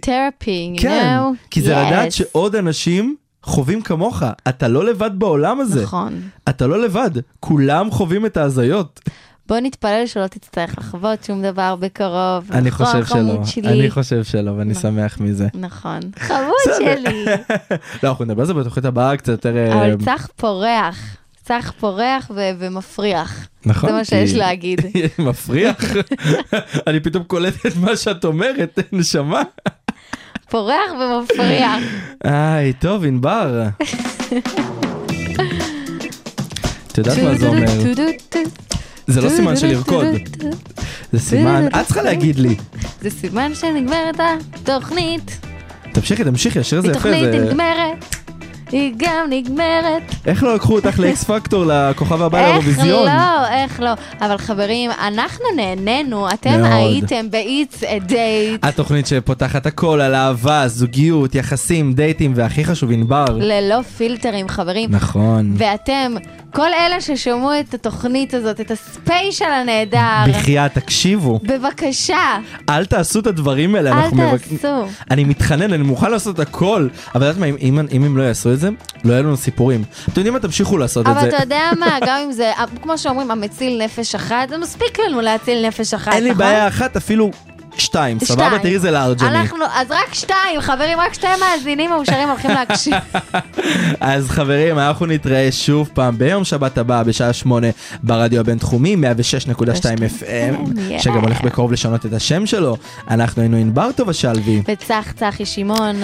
תרפי, you כן, know? כי זה לדעת Yes. שעוד אנשים חווים כמוך. אתה לא לבד בעולם הזה. נכון. אתה לא לבד. כולם חווים את ההזיות. בוא נתפלל שלא תצטרך לחוות שום דבר בקרוב. אני נכון, חושב שלא. חמוד שלי? אני חושב שלא, ואני שמח מזה. נכון. חמוד שלי. לא, אנחנו נדבר על זה בתוכנית הבאה קצת יותר... אה, אבל צח פורח. צח פורח ו- ומפריח. נכון, זה מה כי- שיש [laughs] להגיד. [laughs] מפריח. אני פתאום קולט את מה שאת אומרת, [laughs] נשמה. פורח ומפריח. היי, טוב, ענבר. [laughs] את יודעת מה זה אומר? זה לא סימן של לרקוד. זה סימן, את צריכה להגיד לי. זה סימן שנגמרת התוכנית. תמשיכי, תמשיכי, השיר הזה יפה. התוכנית זה- נגמרת. היא גם נגמרת. איך לא לקחו אותך לאקס פקטור, לכוכב הבא איך לאירוויזיון? לא, איך לא. אבל חברים, אנחנו נהנינו, אתם מאוד. הייתם ב-It's a date התוכנית שפותחת הכל על אהבה, זוגיות, יחסים, דייטים, והכי חשוב, ענבר. ללא פילטרים, חברים. נכון. ואתם, כל אלה ששמעו את התוכנית הזאת, את הספיישל הנהדר, בחייאת, תקשיבו. בבקשה, אל תעשו את הדברים האלה. אל אנחנו מבק- תעשו. אני מתחנן, אני מוכן לעשות הכל. אבל את יודעת מה, אם- אם אם הם לא יעשו את זה, לא יהיו לנו סיפורים. אתם יודעים מה, תמשיכו לעשות את זה. אבל אתה יודע [laughs] מה, גם אם זה, כמו שאומרים, המציל נפש אחת, זה מספיק לנו להציל נפש אחת, נכון? אין לי בעיה אחת, לא, אפילו שתיים, סבבה? שתיים. תראי זה לארג'ני. אנחנו, אז רק שתיים, חברים, רק שתי מאזינים מאושרים הולכים להקשיב. [laughs] אז חברים, אנחנו נתראה שוב פעם ביום שבת הבא בשעה שמונה ברדיו הבינתחומי, 106.2 FM, yeah. שגם הולך בקרוב לשנות את השם שלו. אנחנו היינו ענבר טובה שלוי, וצח צחי שמעון.